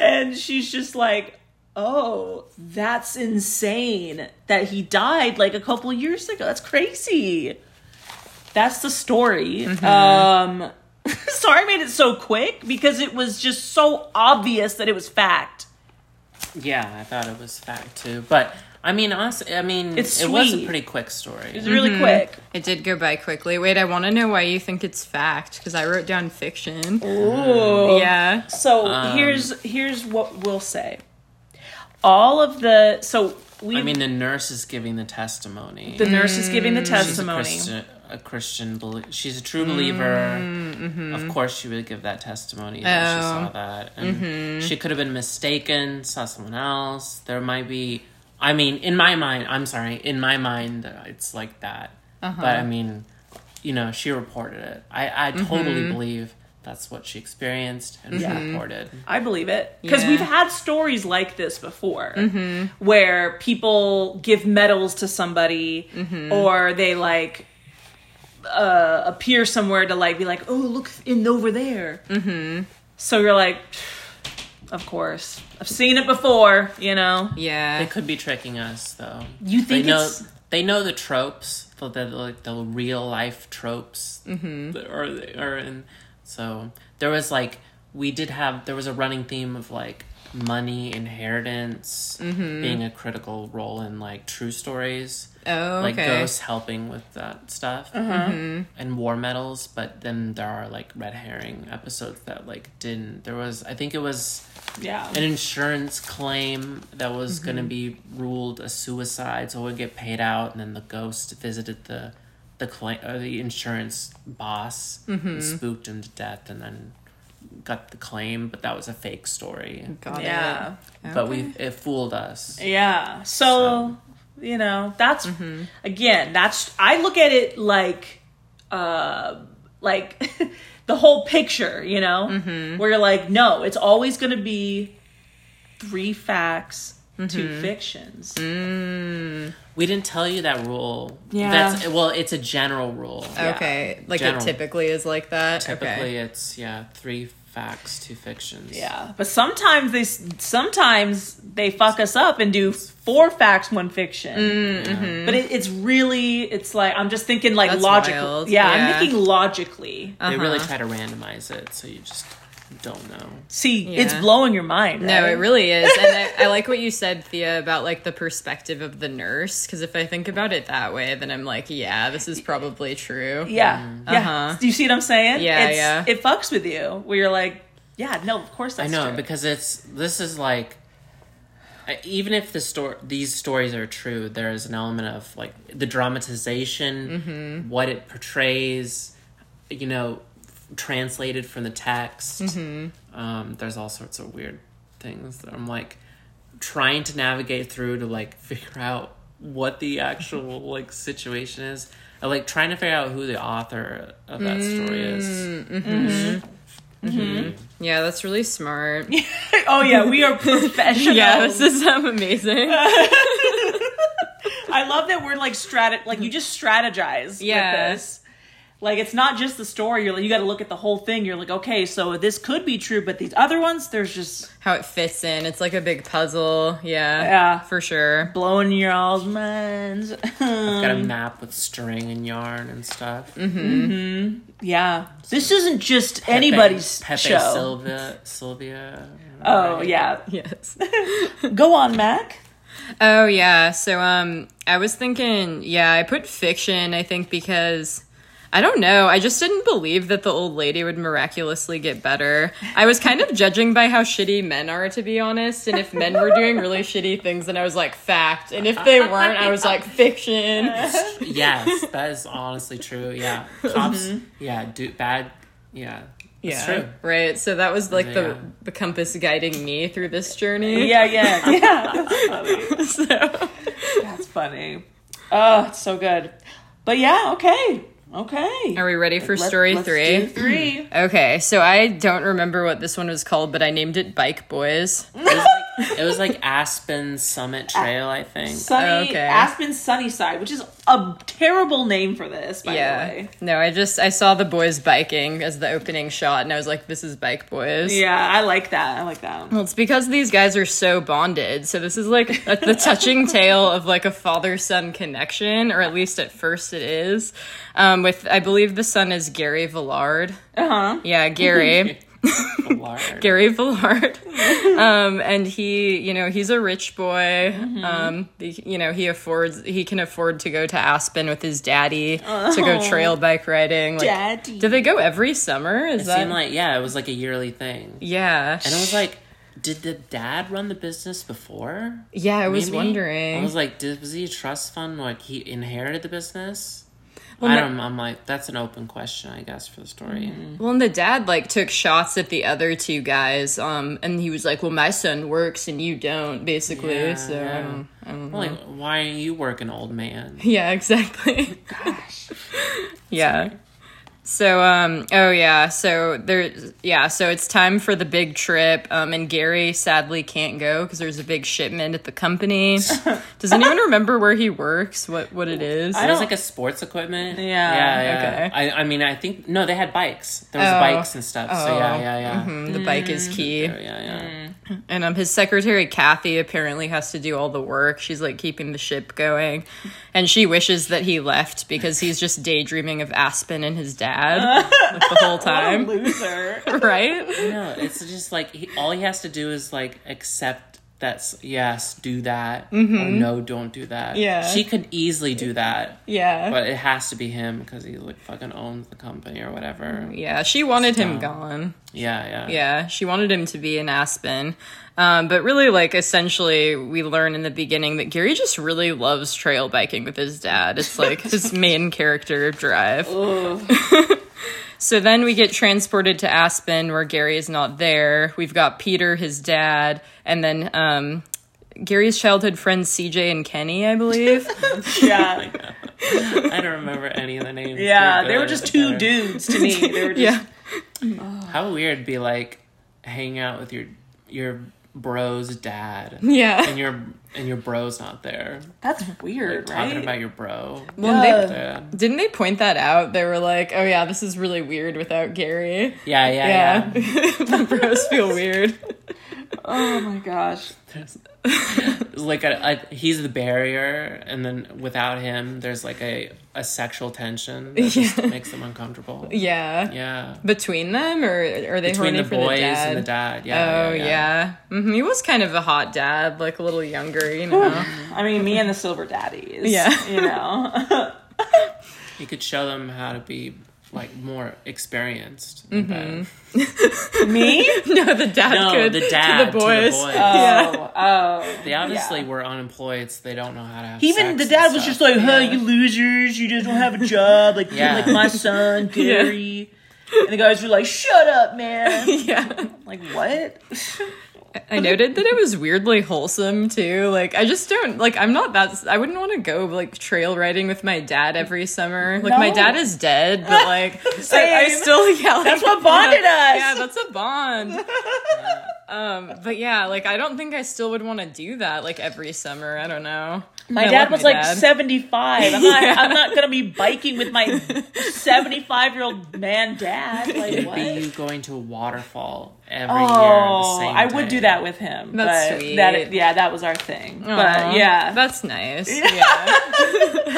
Speaker 1: and she's just like oh that's insane that he died like a couple years ago that's crazy that's the story
Speaker 2: Mm-hmm.
Speaker 1: um sorry I made it so quick because it was just so obvious that it was fact
Speaker 2: Yeah, I thought it was fact too, but I mean, honestly, I mean,
Speaker 1: It's
Speaker 2: it was a
Speaker 1: sweet.
Speaker 2: pretty quick story.
Speaker 1: it's really quick
Speaker 3: It did go by quickly. Wait, I want to know why you think it's fact because I wrote down fiction. Oh.
Speaker 1: Ooh.
Speaker 3: Yeah.
Speaker 1: so
Speaker 2: Mm-hmm. Um,
Speaker 1: here's here's what we'll say all of the so we
Speaker 2: I mean, the nurse is giving the testimony.
Speaker 1: the nurse is giving the
Speaker 2: She's a
Speaker 1: testimony
Speaker 2: Christian, a Christian belie- She's a true believer. Of course, she would give that testimony. that She
Speaker 3: Oh.
Speaker 2: saw that, and she could have been mistaken. Saw someone else. There might be. I mean, in my mind, I'm sorry. In my mind, uh, it's like that. But I mean, you know, she reported it. I, I totally believe that's what she experienced and
Speaker 1: Yeah.
Speaker 2: she reported.
Speaker 1: I believe it because
Speaker 3: Yeah.
Speaker 1: we've had stories like this before, where people give medals to somebody or they like uh, appear somewhere to like be like, "Oh, look in over there." Mm-hmm. So you're like, "Of course, I've seen it before," you know.
Speaker 2: They
Speaker 3: Yeah.
Speaker 2: could be tricking us, though.
Speaker 1: You think
Speaker 2: they know
Speaker 1: it's-
Speaker 2: they know the tropes, the the, like, the real life tropes, mm-hmm. that are are in. So there was like we did have there was a running theme of like money inheritance being a critical role in like true stories
Speaker 3: Oh,
Speaker 2: like
Speaker 3: okay.
Speaker 2: ghosts helping with that stuff Mm-hmm. and war medals but then there are like red herring episodes that like didn't there was i think it was
Speaker 1: Yeah,
Speaker 2: an insurance claim that was going to be ruled a suicide, so it would get paid out, and then the ghost visited the the claim, or the insurance boss, and spooked him to death, and then got the claim. But that was a fake story.
Speaker 3: Got it.
Speaker 1: yeah,
Speaker 2: But we it fooled us.
Speaker 1: yeah. So, you know, that's
Speaker 3: Mm-hmm.
Speaker 1: again, that's I look at it like, uh, like the whole picture, you
Speaker 3: Mm-hmm.
Speaker 1: know, where you're like, no, it's always going to be three facts
Speaker 3: Mm-hmm.
Speaker 1: two fictions.
Speaker 3: Mm.
Speaker 2: We didn't tell you that rule.
Speaker 1: Yeah.
Speaker 2: That's well, it's a general rule.
Speaker 3: Okay. Like
Speaker 2: General.
Speaker 3: it typically is like that.
Speaker 2: Typically
Speaker 3: okay.
Speaker 2: it's yeah, three facts, two fictions.
Speaker 1: Yeah, but sometimes they s- sometimes they fuck us up and do four facts, one fiction.
Speaker 3: Mm.
Speaker 1: But it, it's really it's like I'm just thinking like
Speaker 3: That's
Speaker 1: logically.
Speaker 3: wild.
Speaker 1: Yeah, I'm
Speaker 3: Yeah.
Speaker 1: thinking logically.
Speaker 2: They really
Speaker 3: Uh-huh.
Speaker 2: try to randomize it so you just don't know.
Speaker 1: See, it's
Speaker 3: Yeah.
Speaker 1: blowing your mind.
Speaker 3: No,
Speaker 1: right?
Speaker 3: it really is. And I, I like what you said, Thea, about like the perspective of the nurse. Because if I think about it that way, then I'm like, yeah, this is probably true.
Speaker 1: Yeah, yeah.
Speaker 3: Uh-huh.
Speaker 1: Do you see what I'm saying?
Speaker 3: Yeah,
Speaker 1: it's,
Speaker 3: yeah.
Speaker 1: It fucks with you where you're like, yeah, no, of course
Speaker 2: I
Speaker 1: that's
Speaker 2: know
Speaker 1: true.
Speaker 2: because it's this is like I- even if the story these stories are true, there is an element of like the dramatization, what it portrays, you know, translated from the text. Um, there's all sorts of weird things that I'm like trying to navigate through to like figure out what the actual like situation is. I like trying to figure out who the author of that story is.
Speaker 3: Yeah, that's really smart.
Speaker 1: oh yeah, we are professional.
Speaker 3: Yeah, this is um, amazing.
Speaker 1: I love that we're like strat like you just strategize
Speaker 3: Yeah.
Speaker 1: with this. Like it's not just the story. You're like, you got to look at the whole thing. You're like, okay, so this could be true, but these other ones, there's just
Speaker 3: How it fits in. It's like a big puzzle. Yeah.
Speaker 1: Yeah.
Speaker 3: For sure.
Speaker 1: blowing your all's minds.
Speaker 2: Got a map with string and yarn and stuff.
Speaker 1: yeah, this isn't just anybody's
Speaker 2: Pepe
Speaker 1: show.
Speaker 2: Silva, Sylvia.
Speaker 1: oh yeah,
Speaker 3: Yes.
Speaker 1: go on, Mac.
Speaker 3: Oh yeah. So um I was thinking, yeah, I put fiction, I think because I don't know. I just didn't believe that the old lady would miraculously get better. I was kind of judging by how shitty men are to be honest, and if men were doing really shitty things then I was like fact, and if they weren't I was like fiction.
Speaker 2: Yes, that is honestly true. Yeah,
Speaker 3: Mm-hmm.
Speaker 2: cops. Yeah, do bad. Yeah, it's true.
Speaker 3: Right. So that was like
Speaker 2: Yeah.
Speaker 3: the the compass guiding me through this journey.
Speaker 1: Yeah, yeah, yeah. That's funny.
Speaker 3: So
Speaker 1: That's funny. Oh, it's so good. But yeah, okay, okay.
Speaker 3: are we ready for
Speaker 1: Let-
Speaker 3: story
Speaker 1: let's
Speaker 3: three?
Speaker 1: do three.
Speaker 3: Okay, so I don't remember what this one was called, but I named it Bike Boys.
Speaker 2: Mm. It was like Aspen Summit Trail, I think.
Speaker 1: Sunny
Speaker 3: Okay.
Speaker 1: Aspen Sunnyside, which is a terrible name for this, by the
Speaker 3: yeah.
Speaker 1: way.
Speaker 3: No, I just I saw the boys biking as the opening shot and I was like, this is Bike Boys.
Speaker 1: Yeah, I like that. I like that.
Speaker 3: Well, it's because these guys are so bonded. So this is like a, the touching tale of like a father-son connection, or at least at first it is. Um, with I believe the son is Gary Villard.
Speaker 1: Uh huh.
Speaker 3: Yeah, Gary.
Speaker 2: Large.
Speaker 3: Gary Villard. um, and he, you know, he's a rich boy. Um, the- you know, he affords he can afford to go to Aspen with his daddy to go trail bike riding. Like,
Speaker 1: Daddy.
Speaker 3: Do they go every summer? Is
Speaker 2: It
Speaker 3: that
Speaker 2: seemed like yeah, it was like a yearly thing,
Speaker 3: yeah?
Speaker 2: and I was like, did the dad run the business before?
Speaker 3: yeah, I was
Speaker 2: Maybe?
Speaker 3: wondering.
Speaker 2: I was like, did, was he a trust fund? Like he inherited the business?
Speaker 3: Well,
Speaker 2: I
Speaker 3: no-
Speaker 2: don't. I'm like, that's an open question, I guess, for the story.
Speaker 3: Well, and the dad like took shots at the other two guys, um, and he was like, "Well, my son works and you don't," basically.
Speaker 2: Yeah,
Speaker 3: so
Speaker 2: yeah.
Speaker 3: I don't, I don't know.
Speaker 2: Like, why are you working, old man?
Speaker 3: Yeah, exactly. yeah. So um oh yeah, so there yeah, so it's time for the big trip. Um and Gary sadly can't go cuz there's a big shipment at the company. Does anyone remember where he works? What what it is?
Speaker 2: It was like a sports equipment.
Speaker 1: Yeah,
Speaker 2: yeah, yeah.
Speaker 3: okay.
Speaker 2: I, I mean, I think no, they had bikes. There was
Speaker 3: Oh.
Speaker 2: bikes and stuff. So yeah,
Speaker 3: Oh.
Speaker 2: yeah, yeah,
Speaker 1: Mm-hmm.
Speaker 3: Mm, the bike is key.
Speaker 2: yeah, yeah. yeah.
Speaker 1: Mm.
Speaker 3: And um, his secretary Kathy apparently has to do all the work. She's like keeping the ship going, and she wishes that he left because he's just daydreaming of Aspen and his dad like, the whole time,
Speaker 1: Loser.
Speaker 3: right?
Speaker 2: No, it's just like he, all he has to do is like accept that's yes, do that. Or
Speaker 1: Mm-hmm.
Speaker 2: no, don't do that.
Speaker 3: Yeah.
Speaker 2: she could easily do that,
Speaker 3: Yeah.
Speaker 2: but it has to be him because he like fucking owns the company or whatever.
Speaker 3: Yeah, she wanted him gone.
Speaker 2: Yeah, yeah,
Speaker 3: Yeah, she wanted him to be in Aspen. Um, but really, like, essentially, we learn in the beginning that Gary just really loves trail biking with his dad. It's like his main character drive. so then we get transported to Aspen where Gary is not there. We've got Peter, his dad, and then um, Gary's childhood friends, CJ and Kenny, I believe.
Speaker 1: Yeah,
Speaker 2: I don't remember any of the names.
Speaker 1: yeah.
Speaker 2: They're
Speaker 1: They were
Speaker 2: good.
Speaker 1: just two
Speaker 2: They're-
Speaker 1: dudes to me. They were just
Speaker 3: yeah.
Speaker 2: How weird be like hang out with your your bro's dad.
Speaker 3: Yeah.
Speaker 2: And your and your bro's not there.
Speaker 4: That's weird,
Speaker 2: Talking
Speaker 4: right?
Speaker 2: about your bro.
Speaker 3: Well, they-
Speaker 2: Dad.
Speaker 3: Didn't they point that out? They were like, "Oh yeah, this is really weird without Gary."
Speaker 2: Yeah, yeah, yeah.
Speaker 3: the bros feel weird.
Speaker 4: Oh my gosh.
Speaker 2: There's- there's like a, a he's the barrier, and then without him, there's like a a sexual tension that just
Speaker 3: Yeah.
Speaker 2: makes them uncomfortable.
Speaker 3: Yeah.
Speaker 2: Yeah,
Speaker 3: Between them, or are they
Speaker 2: between
Speaker 3: horny
Speaker 2: the
Speaker 3: for
Speaker 2: boys
Speaker 3: the dad?
Speaker 2: and the dad. Yeah.
Speaker 3: Oh yeah, hmm he was kind of a hot dad, like a little younger, you know.
Speaker 4: I mean, me and the Silver Daddies.
Speaker 3: Yeah.
Speaker 4: You know?
Speaker 2: You could show them how to be like more experienced. in bed.
Speaker 4: me?
Speaker 3: no, the dad
Speaker 2: No,
Speaker 3: could
Speaker 2: the dad
Speaker 3: to the boys.
Speaker 2: boys.
Speaker 1: Uh,
Speaker 4: Oh,
Speaker 3: Yeah.
Speaker 4: oh.
Speaker 2: They honestly were unemployed, so they don't know how to have.
Speaker 1: Even
Speaker 2: sex
Speaker 1: the
Speaker 2: and
Speaker 1: dad was
Speaker 2: stuff.
Speaker 1: just like, "Huh, you losers! You just don't have a job, like
Speaker 2: Yeah.
Speaker 1: like my son Gary." And the guys were like, "Shut up, man!"
Speaker 3: yeah.
Speaker 4: Like, what?
Speaker 3: I noted that it was weirdly wholesome too. Like I just don't like I'm not that I wouldn't want to go like trail riding with my dad every summer. Like my
Speaker 4: No.
Speaker 3: dad is dead, but like I, I
Speaker 4: Same.
Speaker 3: still yell.
Speaker 4: That's what bonded us.
Speaker 3: Yeah, that's a bond. um, but yeah, like I don't think I still would want to do that like every summer. I don't know.
Speaker 1: My
Speaker 3: I
Speaker 1: dad
Speaker 3: love
Speaker 1: was
Speaker 3: my
Speaker 1: like
Speaker 3: dad.
Speaker 1: seventy five. I'm not. I'm not gonna be biking with my seventy five year old man dad. Like
Speaker 2: It'd
Speaker 1: what?
Speaker 2: be you going to a waterfall every year.
Speaker 4: Oh,
Speaker 2: The same
Speaker 4: I would
Speaker 2: day.
Speaker 4: do that with him.
Speaker 3: That's
Speaker 4: but
Speaker 3: sweet.
Speaker 4: That, yeah, that was our thing.
Speaker 3: Aw,
Speaker 4: But yeah.
Speaker 3: that's nice. Yeah,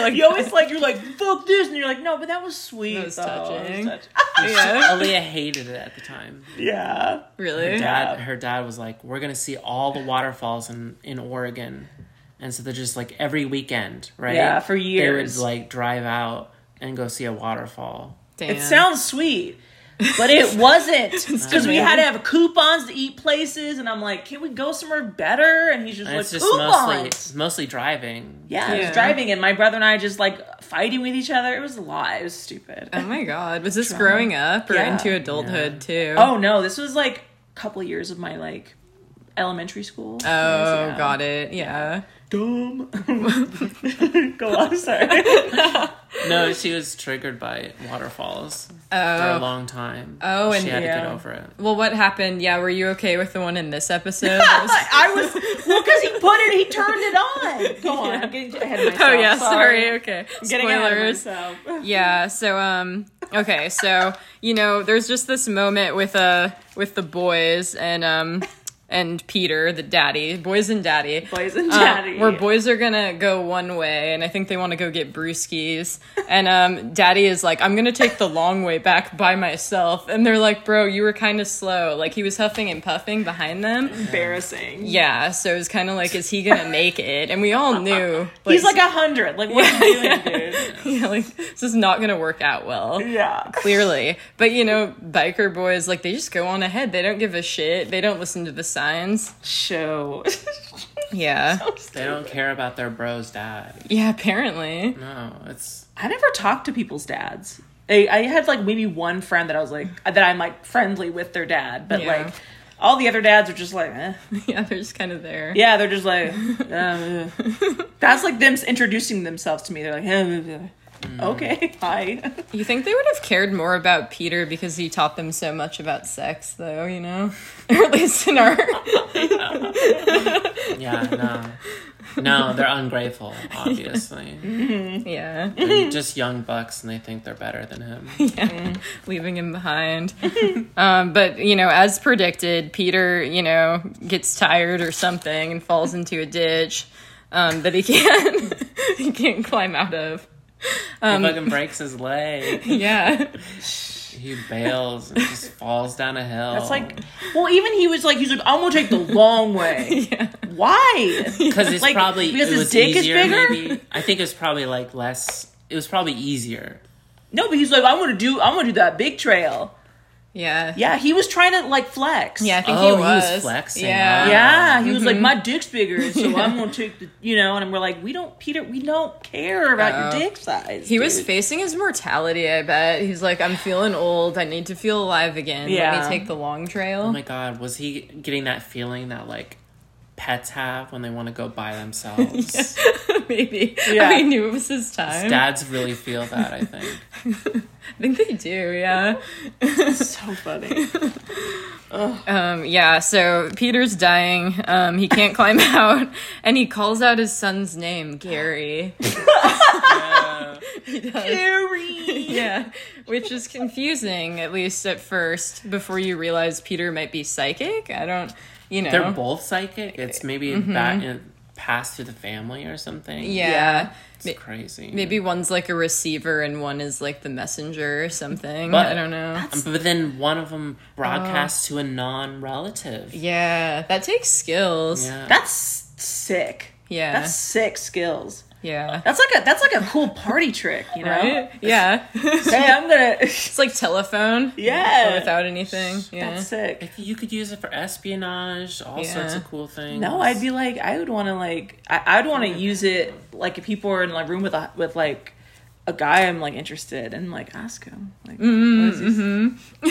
Speaker 3: like,
Speaker 1: You always like you're like fuck this, and you're like no, but that was sweet.
Speaker 3: That was
Speaker 1: though.
Speaker 3: touching.
Speaker 1: touching. Ah,
Speaker 3: yeah,
Speaker 2: Aaliyah hated it at the time.
Speaker 1: yeah.
Speaker 3: really.
Speaker 2: dad her dad was like we're gonna see all the waterfalls in in oregon and so they're just like every weekend right
Speaker 4: Yeah, for years.
Speaker 2: they would like drive out and go see a waterfall
Speaker 3: Damn.
Speaker 1: It sounds sweet, but it wasn't because we
Speaker 3: amazing.
Speaker 1: had to have coupons to eat places, and I'm like, can we go somewhere better? And he's just
Speaker 2: and
Speaker 1: like,
Speaker 2: it's just mostly
Speaker 1: coupons.
Speaker 2: it's mostly driving
Speaker 1: yeah, it
Speaker 3: Yeah.
Speaker 1: was driving, and my brother and I just like fighting with each other. It was a lot. It was stupid.
Speaker 3: Oh my god, was this growing up or
Speaker 1: Yeah.
Speaker 3: into adulthood too?
Speaker 1: Oh no, this was like a couple years of my like elementary school.
Speaker 3: Oh, got it. Yeah.
Speaker 1: Dumb. Go on, sorry.
Speaker 2: no she was triggered by waterfalls for a
Speaker 3: Oh.
Speaker 2: long time
Speaker 3: Oh, and-
Speaker 2: she had to get
Speaker 1: yeah.
Speaker 2: over it
Speaker 3: Well, what happened? Yeah, were you okay with the one in this episode? That was-
Speaker 1: I was well because he put it, he turned it on. Go on, I'm getting ahead of myself.
Speaker 3: oh yeah, sorry. Okay.
Speaker 1: Getting ahead of
Speaker 3: Spoilers.
Speaker 1: myself.
Speaker 3: yeah so um okay so you know there's just this moment with uh with the boys and um and peter the daddy boys and daddy
Speaker 4: Boys and
Speaker 3: uh,
Speaker 4: daddy.
Speaker 3: where boys are gonna go one way and i think they want to go get brewskis and um daddy is like i'm gonna take the long way back by myself and they're like bro you were kind of slow like he was huffing and puffing behind them
Speaker 4: Embarrassing.
Speaker 3: yeah so it was kind of like is he gonna make it and we all knew
Speaker 1: He's like a hundred. Like what are you doing, dude?
Speaker 3: yeah, like this is not gonna work out well
Speaker 4: Yeah.
Speaker 3: clearly. But you know, biker boys like they just go on ahead. They don't give a shit. They don't listen to the signs.
Speaker 4: Show.
Speaker 3: Yeah.
Speaker 2: they don't care about their bro's dad
Speaker 3: Yeah, apparently.
Speaker 2: no it's
Speaker 4: I never
Speaker 1: never talked to people's dads. I, I had like maybe one friend that I was like that I'm like friendly with their dad, but
Speaker 3: Yeah.
Speaker 1: like all the other dads are just like, eh.
Speaker 3: Yeah, they're just kind of there.
Speaker 1: yeah, they're just like, uh, uh. that's like them introducing themselves to me. They're like, eh, uh, uh. okay, hi.
Speaker 3: You think they would have cared more about Peter because he taught them so much about sex though, you know? or at least in our
Speaker 2: yeah no no they're ungrateful obviously
Speaker 3: Yeah.
Speaker 2: They're just young bucks and they think they're better than him
Speaker 3: leaving him behind. um, but you know, as predicted, Peter, you know, gets tired or something and falls into a ditch um, that he can't he can't climb out of.
Speaker 2: he fucking breaks his leg
Speaker 3: Yeah,
Speaker 2: He bails and just falls down a hill.
Speaker 1: It's like, well, even he was like, he's like, I'm gonna take the long way.
Speaker 3: yeah,
Speaker 1: Why?
Speaker 2: because it's
Speaker 1: like,
Speaker 2: probably
Speaker 1: because
Speaker 2: it
Speaker 1: his
Speaker 2: was
Speaker 1: dick is
Speaker 2: easier,
Speaker 1: bigger?
Speaker 2: Maybe I think it's probably like less. It was probably easier.
Speaker 1: No, but he's like, I'm gonna do, I'm gonna do that big trail.
Speaker 3: yeah,
Speaker 1: Yeah, he was trying to like flex.
Speaker 3: yeah. Mm-hmm. I think
Speaker 2: Oh,
Speaker 3: he
Speaker 2: he
Speaker 3: was,
Speaker 2: was flexing,
Speaker 3: Yeah,
Speaker 2: huh?
Speaker 1: Yeah, he was like, my dick's bigger, so I'm gonna take the, you know, and we're like, we don't, Peter, we don't care about
Speaker 3: Oh.
Speaker 1: your dick size.
Speaker 3: He was
Speaker 1: dude."
Speaker 3: facing his mortality. I bet he's like, I'm feeling old. I need to feel alive again. Let
Speaker 4: Yeah.
Speaker 3: me take the long trail.
Speaker 2: Oh my god, was he getting that feeling that like pets have when they want to go by themselves?
Speaker 3: maybe.
Speaker 1: Yeah.
Speaker 3: I knew it was his time.
Speaker 2: Dads really feel that, I think.
Speaker 3: I think they do, yeah.
Speaker 1: so funny.
Speaker 3: Um, yeah, so Peter's dying. Um, he can't climb out, and he calls out his son's name, Gary. He does. Yeah, which is confusing, at least at first, before you realize Peter might be psychic. I don't, you know.
Speaker 1: Uh-huh.
Speaker 2: They're both psychic. It's maybe
Speaker 1: Mm-hmm.
Speaker 2: that in, passed through the family or something.
Speaker 3: yeah.
Speaker 2: It's crazy.
Speaker 3: Maybe one's like a receiver and one is like the messenger or something.
Speaker 2: But-
Speaker 3: I don't know.
Speaker 2: Um, But then one of them
Speaker 1: Oh.
Speaker 2: broadcasts to a non relative.
Speaker 3: Yeah, that takes skills. Yeah.
Speaker 2: Yeah.
Speaker 1: That's sick.
Speaker 3: Yeah.
Speaker 1: That's sick skills.
Speaker 3: yeah.
Speaker 1: That's like a that's like a cool party trick, you know?
Speaker 3: Right? Yeah.
Speaker 1: Hey, I'm gonna
Speaker 3: it's like telephone.
Speaker 1: Yeah.
Speaker 3: But without anything. Yeah.
Speaker 1: That's sick.
Speaker 2: You could use it for espionage, all sorts
Speaker 3: Yeah.
Speaker 2: of cool things.
Speaker 1: No, I'd be like, I would want to like, I, I'd want to use it like if people are in like room with a with like a guy I'm like interested and like ask him like, what, does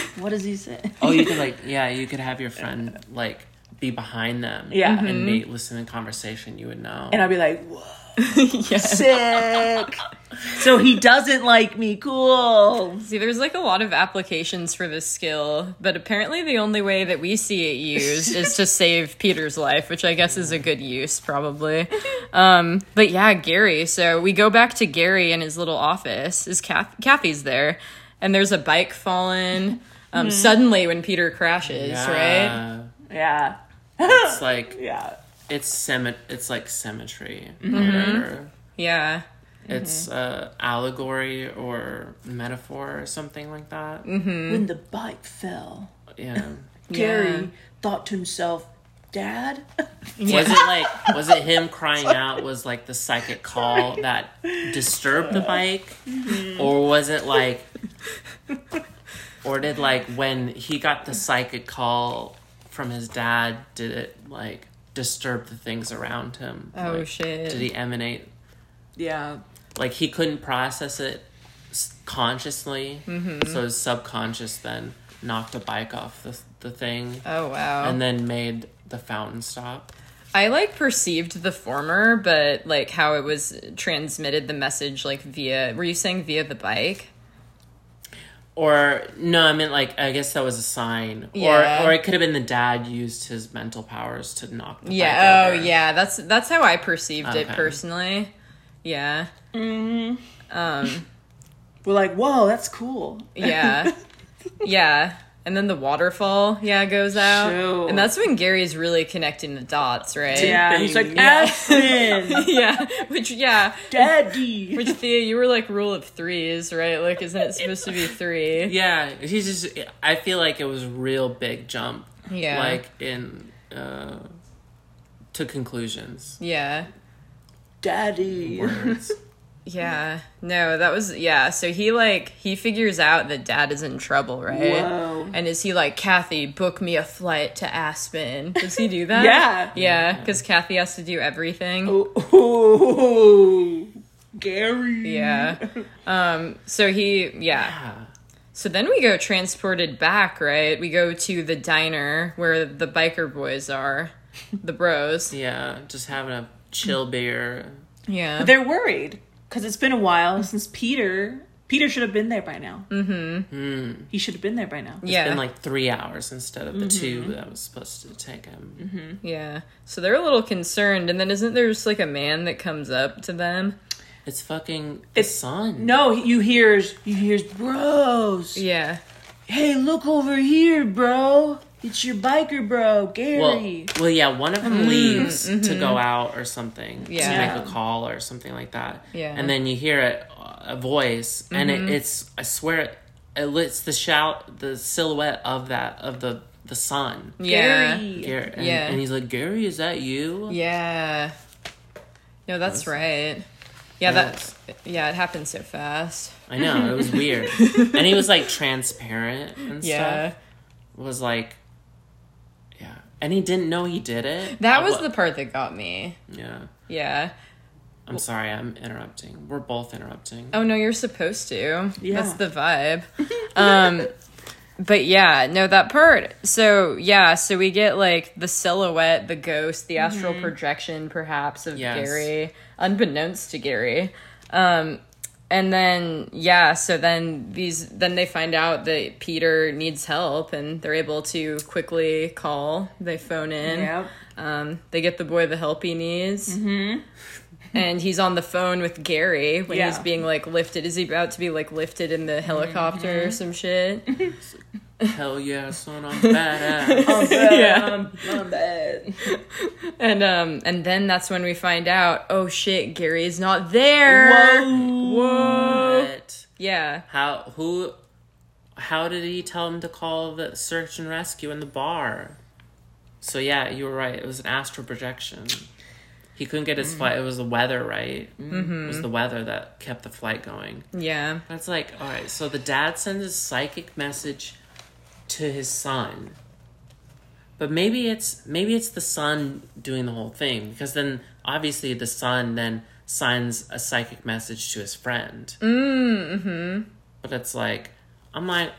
Speaker 1: he, what does he say?
Speaker 2: Oh, you could like, yeah, you could have your friend like be behind them.
Speaker 1: Yeah. Mm-hmm.
Speaker 2: and may listen to conversation. You would know.
Speaker 1: And I'd be like, whoa,
Speaker 3: yeah.
Speaker 1: sick. so he doesn't like me. Cool.
Speaker 3: See, there's like a lot of applications for this skill, but apparently the only way that we see it used is to save Peter's life, which I guess is a good use, probably. Um, but yeah, Gary. So we go back to Gary in his little office. Is Kath- Kathy's there? And there's a bike fallen um, suddenly when Peter crashes, right?
Speaker 2: yeah.
Speaker 1: Yeah.
Speaker 2: It's like
Speaker 1: Yeah.
Speaker 2: it's symmet. It's like symmetry.
Speaker 1: Mm-hmm.
Speaker 2: Or
Speaker 3: Yeah.
Speaker 2: It's uh, allegory or metaphor or something like that.
Speaker 1: When the bike fell,
Speaker 2: Yeah.
Speaker 3: Yeah.
Speaker 1: Gary thought to himself, "Dad."
Speaker 2: Was it like was it him crying out was like the psychic call that disturbed the bike? Or was it like or did like when he got the psychic call from his dad, did it like disturb the things around him?
Speaker 3: Oh,
Speaker 2: Like,
Speaker 3: shit.
Speaker 2: Did he emanate
Speaker 1: yeah.
Speaker 2: like he couldn't process it s- consciously,
Speaker 3: Mm-hmm.
Speaker 2: so his subconscious then knocked a bike off the the thing
Speaker 3: Oh, wow.
Speaker 2: and then made the fountain stop.
Speaker 3: I like perceived the former, but like how it was transmitted the message, like via, were you saying via the bike?
Speaker 2: Or no, I meant like I guess that was a sign.
Speaker 3: Yeah.
Speaker 2: Or or it could have been the dad used his mental powers to knock. The
Speaker 3: Yeah.
Speaker 2: bike
Speaker 3: Oh,
Speaker 2: over.
Speaker 3: yeah. That's that's how I perceived it
Speaker 2: Okay.
Speaker 3: personally. Yeah. Um,
Speaker 1: We're like, "Whoa, that's cool."
Speaker 3: Yeah. yeah. And then the waterfall, yeah, goes out,
Speaker 1: Shoo.
Speaker 3: and that's when Gary's really connecting the dots, right?
Speaker 1: Yeah. He's like,
Speaker 2: Baby.
Speaker 1: "Aspen,
Speaker 3: yeah. Which, yeah.
Speaker 1: Daddy."
Speaker 3: Which Thea, you were like rule of threes, right? Like, isn't it supposed to be three?
Speaker 2: Yeah. He's just. I feel like it was a real big jump.
Speaker 3: Yeah.
Speaker 2: Like in. Uh, to conclusions.
Speaker 3: Yeah.
Speaker 1: Daddy.
Speaker 2: Words.
Speaker 3: Yeah. No, that was yeah. So he like he figures out that dad is in trouble, right?
Speaker 1: Whoa.
Speaker 3: And is he like Kathy? Book me a flight to Aspen. Does he do that?
Speaker 1: Yeah.
Speaker 3: Yeah, because Kathy has to do everything.
Speaker 1: Oh, Gary.
Speaker 3: Yeah. Um. So he yeah.
Speaker 2: Yeah.
Speaker 3: So then we go transported back, right? We go to the diner where the biker boys are, the bros.
Speaker 2: Yeah. Just having a chill beer.
Speaker 3: Yeah.
Speaker 1: They're worried because it's been a
Speaker 3: Mm-hmm.
Speaker 1: while since Peter. Peter should have been there by now. Mm-hmm. He should have been there by now.
Speaker 3: Yeah. Mm-hmm.
Speaker 2: Been like three hours instead of the two that was supposed to take him.
Speaker 3: yeah. So they're a little concerned, and then isn't there just like a man that comes up to them?
Speaker 2: It's fucking the
Speaker 1: It's-
Speaker 2: sun.
Speaker 1: No, he- you hears you hears bros.
Speaker 3: Yeah.
Speaker 1: Hey, look over here, bro. It's your biker bro,
Speaker 2: Well,
Speaker 1: Gary.
Speaker 2: well, yeah, one of them leaves to go out or something
Speaker 3: Mm-hmm. Yeah.
Speaker 2: to make a call or something like that.
Speaker 3: Yeah. Mm-hmm.
Speaker 2: and then you hear it, a voice, and it, it's I swear it, it it's the shout, the silhouette of that of the the sun.
Speaker 3: Yeah.
Speaker 1: Gary.
Speaker 2: Gary, and,
Speaker 3: Yeah.
Speaker 2: and he's like, Gary, is that you?
Speaker 3: Yeah. No, that's right. Yeah, that yeah, it happened so fast.
Speaker 2: I know it was weird, and he was like transparent and
Speaker 3: Yeah.
Speaker 2: stuff. Was like, yeah, and he didn't know he did it.
Speaker 3: That
Speaker 2: I
Speaker 3: was
Speaker 2: wa-
Speaker 3: the part that got me.
Speaker 2: yeah.
Speaker 3: Yeah.
Speaker 2: I'm sorry, I'm interrupting. We're both interrupting.
Speaker 3: Oh no, you're supposed to.
Speaker 1: Yeah.
Speaker 3: That's the vibe. Um But yeah, no, that part. So yeah, so we get like the silhouette, the ghost, the astral projection, perhaps of
Speaker 2: Yes.
Speaker 3: Gary, unbeknownst to Gary. Um, and then yeah, so then these, then they find out that Peter needs help, and they're able to quickly call. They phone in.
Speaker 1: Yep.
Speaker 3: Um, they get the boy the help he needs. Mm-hmm. And he's on the phone with Gary when he's
Speaker 1: Yeah.
Speaker 3: being like lifted. Is he about to be like lifted in the helicopter
Speaker 1: Mm-hmm.
Speaker 3: or some shit?
Speaker 2: Hell yeah, son, I'm badass.
Speaker 1: yeah. I'm bad.
Speaker 3: And um and then that's when we find out, oh shit, Gary is not there.
Speaker 2: But
Speaker 3: Yeah.
Speaker 2: how who how did he tell him to call the search and rescue in the bar? So yeah, you were right. It was an astral projection. He couldn't get his
Speaker 3: Mm.
Speaker 2: flight. It was the weather, right?
Speaker 3: Mm-hmm.
Speaker 2: It was the weather that kept the flight going.
Speaker 3: Yeah.
Speaker 2: That's like, all right, so the dad sends a psychic message to his son. But maybe it's maybe it's the son doing the whole thing because then obviously the son then signs a psychic message to his friend. Mm-hmm.
Speaker 1: Mm-hmm.
Speaker 2: But it's like I'm like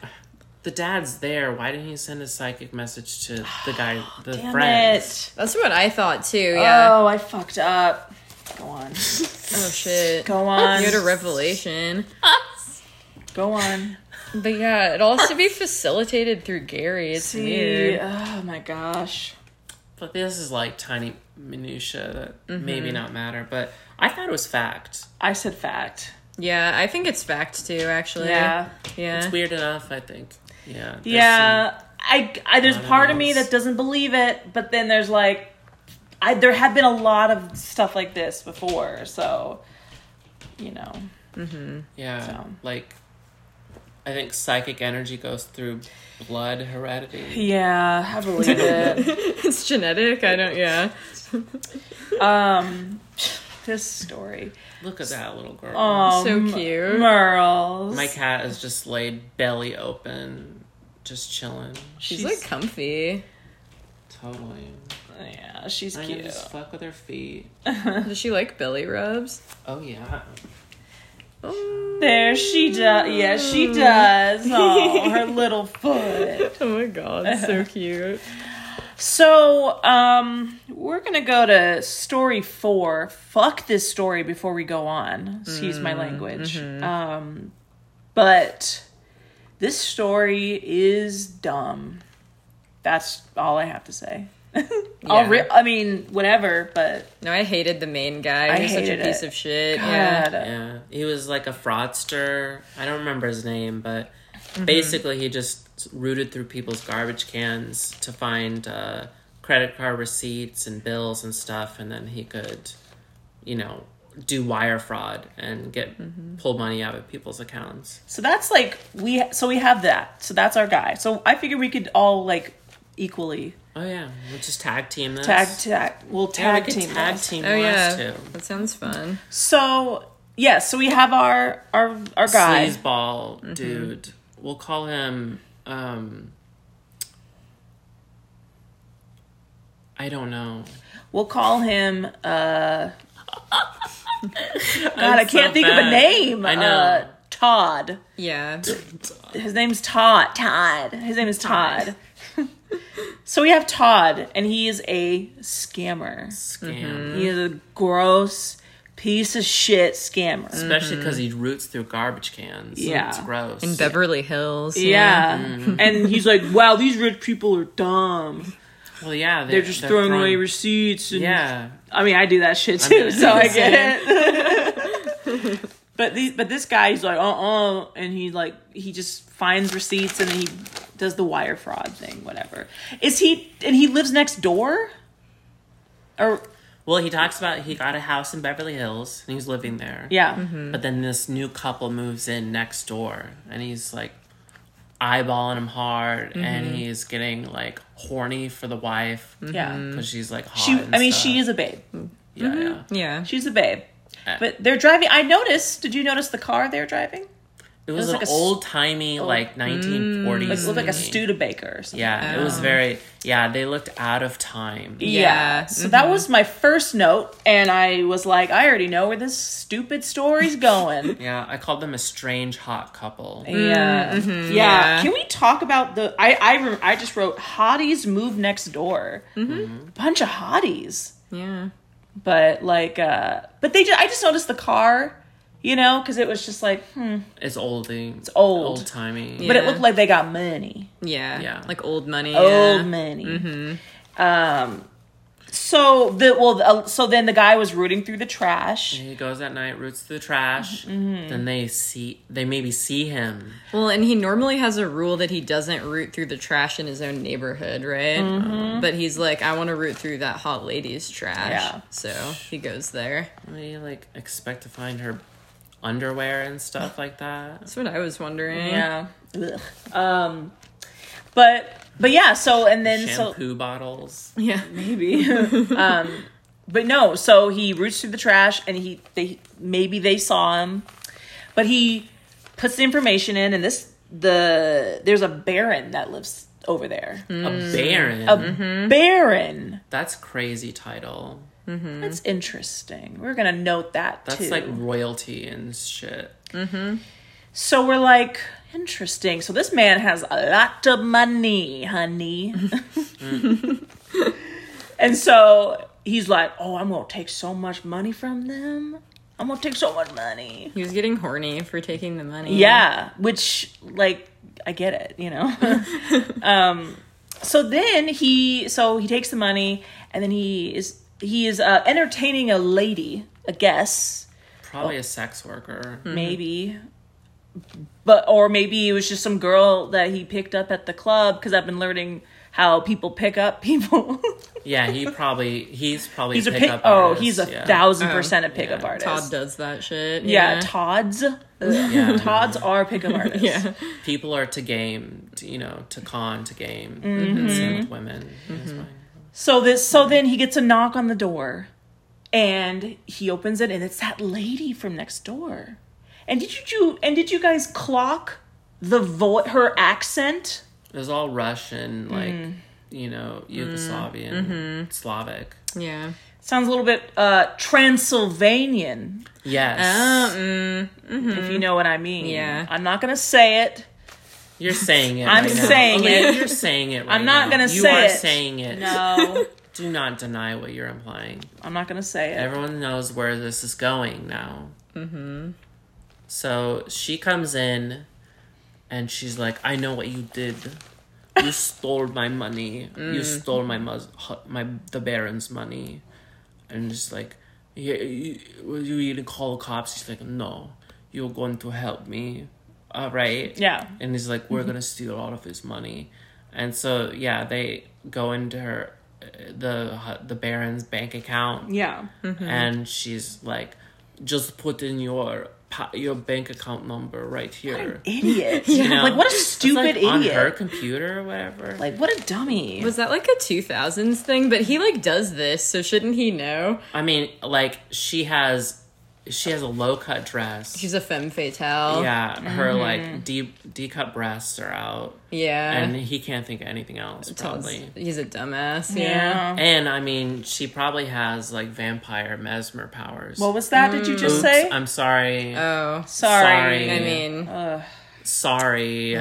Speaker 2: the dad's there. Why didn't he send a psychic message to the guy the
Speaker 1: Damn
Speaker 2: friend?
Speaker 1: it.
Speaker 3: That's what I thought too, yeah.
Speaker 1: Oh, I fucked up. Go on.
Speaker 3: Oh shit.
Speaker 1: Go on.
Speaker 3: You had a revelation.
Speaker 1: Go on.
Speaker 3: But yeah, it all has to be facilitated through Gary. It's
Speaker 1: See,
Speaker 3: weird.
Speaker 1: oh my gosh.
Speaker 2: But this is like tiny minutia that
Speaker 1: Mm-hmm.
Speaker 2: maybe not matter, but I thought it was fact.
Speaker 1: I said fact.
Speaker 3: Yeah, I think it's fact too, actually.
Speaker 1: Yeah.
Speaker 3: Yeah.
Speaker 2: It's weird enough, I think. Yeah. there's some-
Speaker 1: Yeah. I, I there's
Speaker 2: I don't
Speaker 1: part
Speaker 2: know.
Speaker 1: of me that doesn't believe it, but then there's like I there have been a lot of stuff like this before, so you know.
Speaker 2: yeah.
Speaker 1: So.
Speaker 2: Like, I think psychic energy goes through blood heredity.
Speaker 1: Yeah, I believe it.
Speaker 3: it's genetic. I don't yeah.
Speaker 1: um this story.
Speaker 2: Look at that little girl.
Speaker 1: Oh,
Speaker 3: So
Speaker 1: M-
Speaker 3: cute.
Speaker 1: Merle's.
Speaker 2: My cat is just laid belly open, just chilling.
Speaker 3: She's, like comfy.
Speaker 2: Totally.
Speaker 1: yeah, she's
Speaker 2: I can
Speaker 1: cute.
Speaker 2: just fuck with her feet.
Speaker 3: Does she like belly rubs?
Speaker 2: Oh, yeah.
Speaker 3: Oh,
Speaker 1: There she does. Yeah, she does. Oh, her little foot.
Speaker 3: oh my god, so cute.
Speaker 1: So, um, we're gonna go to story four. Fuck this story before we go on. Excuse
Speaker 2: Mm,
Speaker 1: my language.
Speaker 2: mm-hmm.
Speaker 1: Um, but this story is dumb. That's all I have to say. I'll
Speaker 3: Yeah.
Speaker 1: re- I mean, whatever. But
Speaker 3: No, I hated the main guy.
Speaker 1: I
Speaker 3: He was such a
Speaker 1: hated
Speaker 3: piece
Speaker 1: it.
Speaker 3: of shit.
Speaker 1: God,
Speaker 3: Yeah.
Speaker 2: Yeah. He was like a fraudster. I don't remember his name, but
Speaker 1: Mm-hmm.
Speaker 2: basically he just rooted through people's garbage cans to find uh, credit card receipts and bills and stuff, and then he could, you know, do wire fraud and get
Speaker 1: Mm-hmm.
Speaker 2: pull money out of people's accounts.
Speaker 1: so that's like we. So we have that. So that's our guy. So I figure we could all like equally
Speaker 2: Oh yeah, we'll just tag team this.
Speaker 1: tag tag. We'll
Speaker 2: yeah, we
Speaker 1: tag
Speaker 2: could
Speaker 1: team.
Speaker 2: tag
Speaker 1: this.
Speaker 2: team
Speaker 3: Oh
Speaker 2: last
Speaker 3: yeah.
Speaker 2: two.
Speaker 3: That sounds fun.
Speaker 1: So yeah, so we have our our our guy. Mm-hmm.
Speaker 2: Sleazeball dude. We'll call him. um I don't know.
Speaker 1: We'll call him. uh God, I can't
Speaker 2: so
Speaker 1: think of a
Speaker 2: bad.
Speaker 1: name.
Speaker 2: I know.
Speaker 1: Uh, Todd.
Speaker 3: Yeah.
Speaker 1: His name's Todd. Todd. His name is Todd. so we have Todd, and he is a scammer.
Speaker 2: Scam.
Speaker 1: He is a gross piece of shit scammer.
Speaker 2: especially because he roots through garbage cans.
Speaker 1: Mm-hmm. Yeah.
Speaker 2: it's gross.
Speaker 3: In Beverly Hills.
Speaker 1: Yeah,
Speaker 2: Mm-hmm.
Speaker 1: and he's like, "Wow, these rich people are dumb.
Speaker 2: well, yeah,
Speaker 1: They're just throwing
Speaker 2: from-
Speaker 1: away receipts and
Speaker 2: Yeah,
Speaker 1: I mean, I do that shit
Speaker 2: I mean,
Speaker 1: too, so I get it. but these, but this guy, he's like, uh, uh and he like he just finds receipts and then he does the wire fraud thing, whatever. Is he? And he lives next door, or
Speaker 2: well, he talks about he got a house in Beverly Hills and he's living there.
Speaker 1: yeah,
Speaker 2: but then this new couple moves in next door, and he's like eyeballing him hard,
Speaker 1: Mm-hmm.
Speaker 2: and he's getting like horny for the wife because
Speaker 1: yeah.
Speaker 2: she's like hot.
Speaker 1: Mm-hmm. She,
Speaker 2: and
Speaker 1: I mean,
Speaker 2: Mm-hmm. stuff.
Speaker 1: she mm-hmm. is a babe.
Speaker 2: yeah, yeah. Uh,
Speaker 3: Yeah.
Speaker 1: She's a babe. But they're driving. I noticed. Did you notice the car they're driving?
Speaker 2: It was,
Speaker 1: was
Speaker 2: an
Speaker 1: like a s- Oh.
Speaker 2: old timey, like 1940s.
Speaker 1: Like, it looked like a Oh.
Speaker 2: movie.
Speaker 1: Studebaker. Or something.
Speaker 2: Mm. Yeah, it was very. Yeah, they looked out of time.
Speaker 1: Yeah.
Speaker 3: Yeah.
Speaker 1: So
Speaker 2: Mm-hmm.
Speaker 1: that was my first note, and I was like, I already know where this stupid story's going.
Speaker 2: Yeah, I called them a strange hot couple.
Speaker 1: yeah. Mm, mm-hmm. yeah.
Speaker 3: yeah.
Speaker 1: Can we talk about the? I I rem- I just wrote hotties move next door. Bunch of hotties,
Speaker 3: Yeah.
Speaker 1: but like, uh but they just I just noticed the car, you know, because it was just like, hmm.
Speaker 2: It's oldie. It's
Speaker 1: old.
Speaker 2: Old timey.
Speaker 1: but it
Speaker 3: Yeah.
Speaker 1: looked like they got money,
Speaker 3: Yeah.
Speaker 2: Yeah.
Speaker 3: Like old money. yeah.
Speaker 1: old money. Um. So the well, uh, so then the guy was rooting through the trash.
Speaker 2: He goes at night, roots through the trash.
Speaker 1: Mm-hmm,
Speaker 2: Then they see, they maybe see him.
Speaker 3: Well, and he normally has a rule that he doesn't root through the trash in his own neighborhood, right?
Speaker 1: Mm-hmm.
Speaker 3: Um, But he's like, I want to root through that hot lady's trash.
Speaker 1: Yeah.
Speaker 3: So he goes there.
Speaker 2: They like expect to find her underwear and stuff like that.
Speaker 3: That's what I was wondering.
Speaker 1: Yeah. Um, but but yeah. So and then so
Speaker 2: Shampoo bottles.
Speaker 3: Yeah.
Speaker 1: maybe. um, but no. So he roots through the trash, and he they maybe they saw him, but he puts the information in, and this the there's a baron that lives over there.
Speaker 2: A baron.
Speaker 1: Mm-hmm. A baron.
Speaker 2: That's crazy title.
Speaker 1: That's interesting. We're gonna note that
Speaker 2: Hmm. That's
Speaker 1: too.
Speaker 2: like royalty and shit.
Speaker 1: so we're like. Interesting. So this man has a lot of money, honey.
Speaker 2: Hmm.
Speaker 1: And so he's like, "Oh, I'm gonna take so much money from them. I'm gonna take so much money."
Speaker 3: He was getting horny for taking the money.
Speaker 1: Yeah, which like I get it, you know. um, so then he so he takes the money, and then he is he is uh, entertaining a lady, a guess
Speaker 2: Probably a sex worker.
Speaker 1: Mm-hmm. maybe. But or maybe it was just some girl that he picked up at the club because I've been learning how people pick up people.
Speaker 2: Yeah, he probably he's probably
Speaker 1: he's a pick.
Speaker 2: pickup
Speaker 1: Oh,
Speaker 2: artist,
Speaker 1: he's a
Speaker 2: yeah.
Speaker 1: thousand
Speaker 3: Oh,
Speaker 1: percent a pickup artist.
Speaker 3: Todd does that shit.
Speaker 1: Yeah, Todd's.
Speaker 2: Yeah.
Speaker 1: Todd's are pickup artists.
Speaker 3: yeah.
Speaker 2: People are to game, to, you know, to con, to game.
Speaker 1: Mm-hmm.
Speaker 2: mm Same with women. That's fine.
Speaker 1: So this so then he gets a knock on the door and he opens it and it's that lady from next door. And did you, you and did you guys clock the vo- her accent?
Speaker 2: It was all
Speaker 1: Mm.
Speaker 2: Russian, like you know, Yugoslavian,
Speaker 1: Mm-hmm.
Speaker 2: Slavic.
Speaker 3: Yeah.
Speaker 1: Sounds a little bit uh Transylvanian,
Speaker 2: Yes,
Speaker 1: Um, if
Speaker 2: Mm-hmm.
Speaker 1: you know what I mean.
Speaker 3: Yeah.
Speaker 1: I'm not gonna say it.
Speaker 2: you're saying it.
Speaker 1: I'm
Speaker 2: right now.
Speaker 1: saying
Speaker 2: Elaine,
Speaker 1: it.
Speaker 2: You're saying it. Right
Speaker 1: I'm not
Speaker 2: now.
Speaker 1: gonna
Speaker 2: you
Speaker 1: say
Speaker 2: are
Speaker 1: it.
Speaker 2: saying it.
Speaker 1: No.
Speaker 2: Do not deny what you're implying.
Speaker 1: I'm not gonna say it.
Speaker 2: Everyone knows where this is going now. Mm-hmm. So she comes in, and she's like, "I know what you did. You stole my money. You stole my mus- hu- my the Baron's money." And just like, yeah, you, "Will you even call the cops?" She's like, "No, you're going to help me." All right.
Speaker 1: Yeah.
Speaker 2: And he's like, "We're gonna steal all of his money," and so yeah, they go into her uh, the the Baron's bank account
Speaker 1: Yeah.
Speaker 2: and she's like, just put in your pa- your bank account number right here.
Speaker 1: Idiot.
Speaker 2: You know?
Speaker 1: Like what a
Speaker 2: It's,
Speaker 1: stupid
Speaker 2: like, on
Speaker 1: idiot.
Speaker 2: her computer or whatever.
Speaker 1: Like what a dummy.
Speaker 3: Was that like a 2000s thing? But he like does this, so shouldn't he know?
Speaker 2: I mean, like she has she has a low cut dress.
Speaker 3: She's a femme fatale.
Speaker 2: yeah, her
Speaker 1: Mm-hmm.
Speaker 2: like deep D cut breasts are out,
Speaker 3: Yeah.
Speaker 2: and he can't think of anything else
Speaker 3: Todd's-
Speaker 2: probably.
Speaker 3: He's a dumbass.
Speaker 1: yeah.
Speaker 2: And I mean, she probably has like vampire mesmer powers.
Speaker 1: What was that? Did you just
Speaker 2: Oops,
Speaker 1: say? Uh,
Speaker 2: I'm sorry.
Speaker 3: Oh.
Speaker 1: Sorry.
Speaker 2: sorry.
Speaker 3: I mean,
Speaker 2: sorry,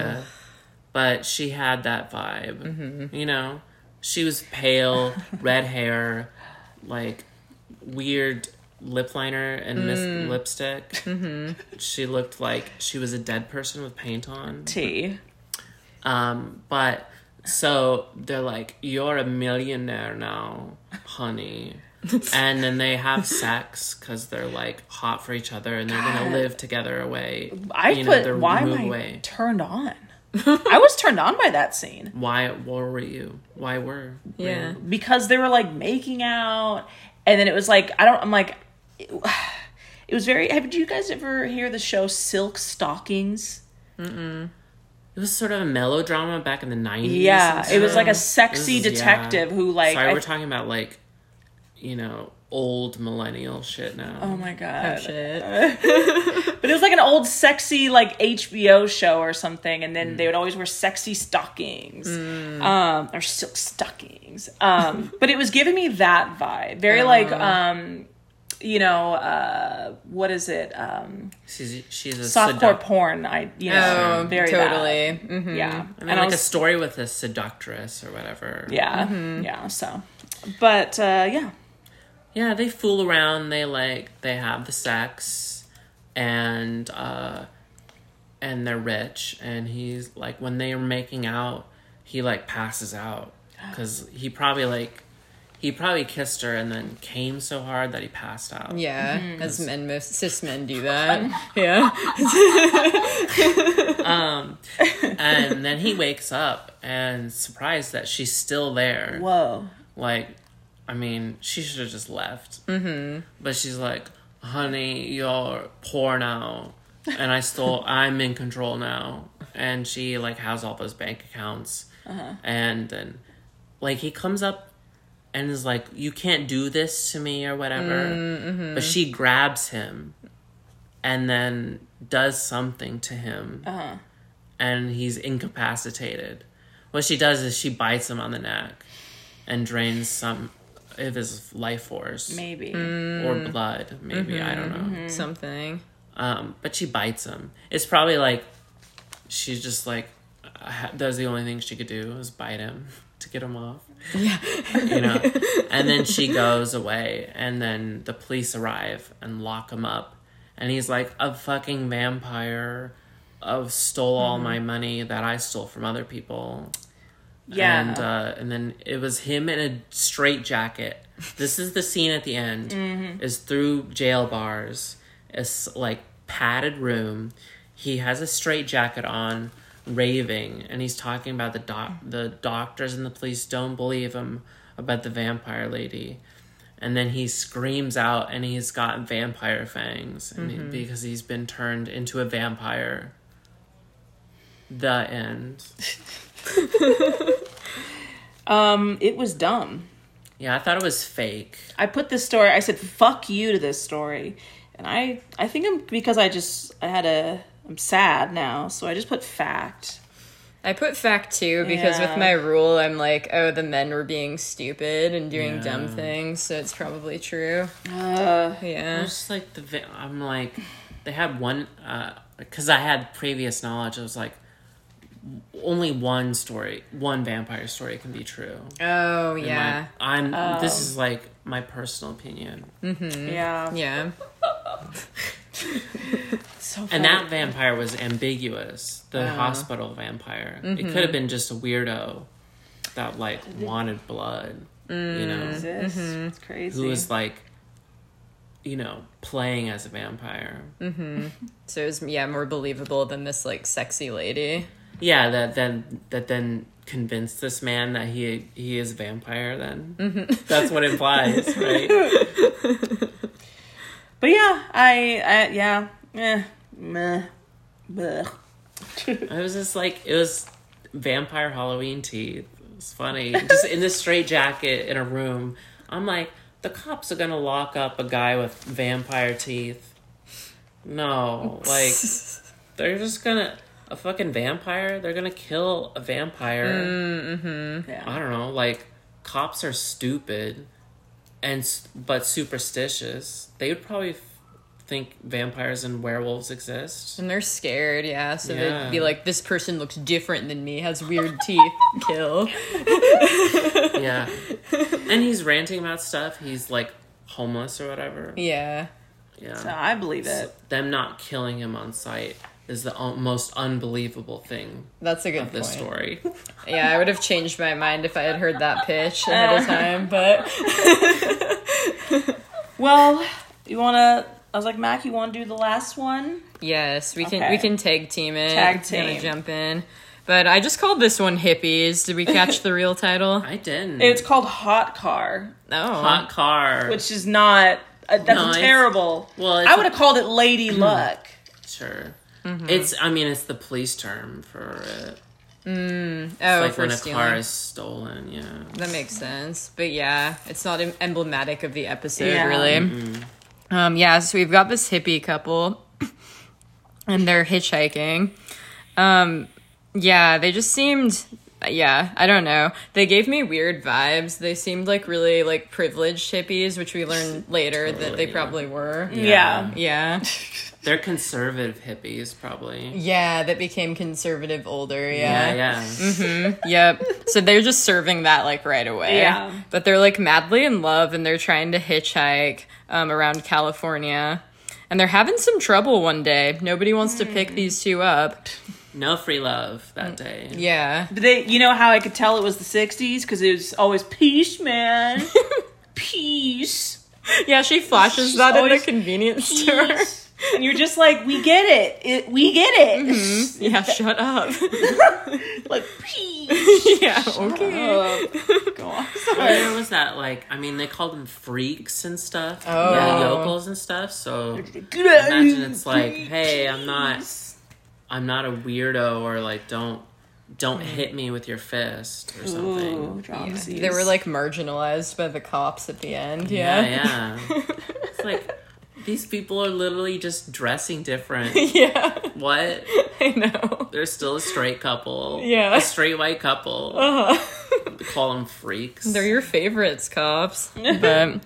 Speaker 2: but she had that vibe.
Speaker 1: Mm-hmm.
Speaker 2: You know, she was pale, red hair, like weird lip liner and mis-
Speaker 1: Mm.
Speaker 2: lipstick.
Speaker 1: Mm-hmm.
Speaker 2: She looked like she was a dead person with paint on.
Speaker 1: Tea.
Speaker 2: Um, but so they're like, "You're a millionaire now, honey." and then they have sex because they're like hot for each other and they're gonna live together away.
Speaker 1: I
Speaker 2: you know,
Speaker 1: put
Speaker 2: they're
Speaker 1: why am
Speaker 2: move
Speaker 1: I turned on? I was turned on by that scene
Speaker 2: why where were you why were
Speaker 3: yeah.
Speaker 1: because they were like making out, and then it was like I don't. I'm like, it, it was very. Have did you guys ever hear the show Silk Stockings?
Speaker 2: it was sort of a melodrama back in the 90s
Speaker 1: Yeah,
Speaker 2: and
Speaker 1: it was like a
Speaker 2: stuff.
Speaker 1: sexy
Speaker 2: This is- yeah.
Speaker 1: detective who like
Speaker 2: sorry
Speaker 1: I-
Speaker 2: we're talking about like you know old millennial shit now.
Speaker 1: Oh my god.
Speaker 3: Shit.
Speaker 1: But it was like an old sexy like HBO show or something, and
Speaker 2: Mm.
Speaker 1: then they would always wear sexy stockings um, or silk stockings. Um, but it was giving me that vibe, very like um, you know uh, what is it um,
Speaker 2: she's, she's a
Speaker 1: softcore
Speaker 2: seduct-
Speaker 1: porn? I you know
Speaker 3: Oh,
Speaker 1: very that.
Speaker 3: totally. hmm
Speaker 1: yeah,
Speaker 2: Mm-hmm. I
Speaker 1: and,
Speaker 2: mean,
Speaker 1: I
Speaker 2: like a
Speaker 1: was,
Speaker 2: story with a seductress or whatever.
Speaker 1: yeah
Speaker 2: mm-hmm.
Speaker 1: yeah so, but uh, yeah
Speaker 2: Yeah, they fool around. They like they have the sex, and uh, and they're rich. And he's like when they are making out, he like passes out because he probably like he probably kissed her and then came so hard that he passed out.
Speaker 3: Yeah,
Speaker 1: Mm-hmm.
Speaker 3: as men, most cis men do that. yeah.
Speaker 2: and then he wakes up and surprised that she's still there.
Speaker 1: whoa
Speaker 2: Like, I mean, she should have just left. Mm-hmm. But she's like, honey, you're poor now. And I still, I'm in control now. And she, like, has all those bank accounts. And then, like, he comes up and is like, you can't do this to me or whatever. But she grabs him and then does something to him. And he's incapacitated. What she does is she bites him on the neck and drains some of his life force
Speaker 1: maybe
Speaker 2: or blood, maybe I don't know.
Speaker 3: Mm-hmm. Something.
Speaker 2: Um, but she bites him. It's probably like she's just like ha- that was the only thing she could do was bite him to get him off. Yeah, you know. And then she goes away, and then the police arrive and lock him up, and he's like a fucking vampire. Of stole all my money that I stole from other people.
Speaker 1: yeah
Speaker 2: And uh, and then it was him in a straight jacket. This is the scene at the end. Is through jail bars. It's like padded room. He has a straight jacket on, raving, and he's talking about the doc- the doctors and the police don't believe him about the vampire lady. And then he screams out, and he's got vampire fangs, and he- because he's been turned into a vampire. The end.
Speaker 1: um it was dumb.
Speaker 2: Yeah, I thought it was fake.
Speaker 1: I put this story. I said "fuck you" to this story, and I I think I'm because I just I had a I'm sad now, so I just put fact.
Speaker 3: I put fact too because
Speaker 1: Yeah.
Speaker 3: with my rule, I'm like, oh, the men were being stupid and doing dumb
Speaker 2: Yeah.
Speaker 3: things, so it's probably true.
Speaker 1: Uh,
Speaker 3: Yeah.
Speaker 2: It's just like the vi- I'm like they had one because I had previous knowledge. I was like only one story, one vampire story can be true.
Speaker 3: Oh,
Speaker 2: And
Speaker 3: yeah.
Speaker 2: my- I'm. This is like my personal opinion. Mm-hmm.
Speaker 1: yeah,
Speaker 3: Yeah.
Speaker 1: So
Speaker 2: And
Speaker 1: funny.
Speaker 2: that vampire was ambiguous. The hospital vampire. It could have been just a weirdo that like wanted blood. You know,
Speaker 1: exists. It's crazy.
Speaker 2: who Mm-hmm. was like, you know, playing as a vampire.
Speaker 3: So it was, yeah, more believable than this, like, sexy lady.
Speaker 2: Yeah, that then that then convinced this man that he he is a vampire. Then that's what it implies, right?
Speaker 1: but yeah, I, I yeah, eh, meh, bleh.
Speaker 2: I was just like, it was vampire Halloween teeth. It's funny, just in this straight jacket in a room. I'm like, the cops are gonna lock up a guy with vampire teeth. No, like they're just gonna a fucking vampire. They're gonna kill a vampire. I
Speaker 1: Yeah.
Speaker 2: don't know, like cops are stupid and s- but superstitious. They would probably f- think vampires and werewolves exist.
Speaker 3: And they're scared, yeah. So
Speaker 2: Yeah.
Speaker 3: they'd be like, this person looks different than me, has weird teeth, kill.
Speaker 2: Yeah. and he's ranting about stuff. He's like homeless or whatever.
Speaker 3: Yeah.
Speaker 1: So
Speaker 2: Yeah.
Speaker 1: I believe it.
Speaker 2: Them not killing him on sight is the un- most unbelievable thing
Speaker 3: That's a good
Speaker 2: of this
Speaker 3: point.
Speaker 2: story.
Speaker 3: Yeah, I would have changed my mind if I had heard that pitch ahead of time, but
Speaker 1: Well, you wanna? I was like, Mac, you wanna do the last one?
Speaker 3: yes, we can
Speaker 1: Okay.
Speaker 3: we can tag team it.
Speaker 1: Tag
Speaker 3: I'm gonna
Speaker 1: team.
Speaker 3: jump in. But I just called this one hippies. Did we catch the real title?
Speaker 2: I didn't.
Speaker 1: It's called Hot Car,
Speaker 3: Oh.
Speaker 2: hot car.
Speaker 1: which is not. Uh, that's
Speaker 2: No, it's-
Speaker 1: terrible.
Speaker 2: well, it's
Speaker 1: I would have called it Lady Luck.
Speaker 3: Mm-hmm.
Speaker 2: Sure. It's I mean it's the police term for it.
Speaker 3: Oh,
Speaker 2: like
Speaker 3: for
Speaker 2: when a
Speaker 3: stealing.
Speaker 2: car is stolen. Yeah.
Speaker 3: That makes sense. But yeah, it's not em- emblematic of the episode,
Speaker 5: Yeah.
Speaker 3: really.
Speaker 2: Mm-hmm.
Speaker 3: Um, yeah, so we've got this hippie couple and they're hitchhiking. Um, yeah, they just seemed yeah, I don't know. They gave me weird vibes. They seemed like really like privileged hippies, which we learned later that they
Speaker 2: Totally, yeah.
Speaker 3: probably were.
Speaker 5: Yeah.
Speaker 3: Yeah.
Speaker 2: They're conservative hippies, probably.
Speaker 3: Yeah, that became conservative older.
Speaker 2: Yeah,
Speaker 3: Yeah. Mm-hmm.
Speaker 2: yeah.
Speaker 3: yep. So they're just serving that like right away.
Speaker 5: Yeah.
Speaker 3: But they're like madly in love and they're trying to hitchhike um, around California. And they're having some trouble one day. Nobody wants to pick these two up.
Speaker 2: No free love that day.
Speaker 3: Mm. Yeah.
Speaker 5: But they, you know how I could tell it was the '60s because it was always peace, man, peace,
Speaker 3: Yeah, she flashes that in the
Speaker 5: always-
Speaker 3: convenience store.
Speaker 5: peace. and you're just like, we get it, it we get it,
Speaker 3: Yeah, shut up.
Speaker 5: like peace.
Speaker 3: yeah, okay.
Speaker 5: Mm-hmm. Oh, God.
Speaker 2: Where was that? Like, I mean, they called them freaks and stuff.
Speaker 3: Oh.
Speaker 2: Yeah, yokels and stuff. So imagine
Speaker 5: Imagine
Speaker 2: it's like, hey, I'm not, I'm not a weirdo, or like, don't, don't
Speaker 3: Mm.
Speaker 2: hit me with your fist or something.
Speaker 5: Ooh, dramas.
Speaker 3: They were like marginalized by the cops at the end.
Speaker 2: Yeah,
Speaker 3: Yeah.
Speaker 2: yeah. it's like these people are literally just dressing different.
Speaker 3: Yeah.
Speaker 2: What?
Speaker 3: I know.
Speaker 2: They're still a straight couple.
Speaker 3: Yeah.
Speaker 2: a straight white couple.
Speaker 3: Uh-huh.
Speaker 2: We call them freaks.
Speaker 3: They're your favorites, cops. But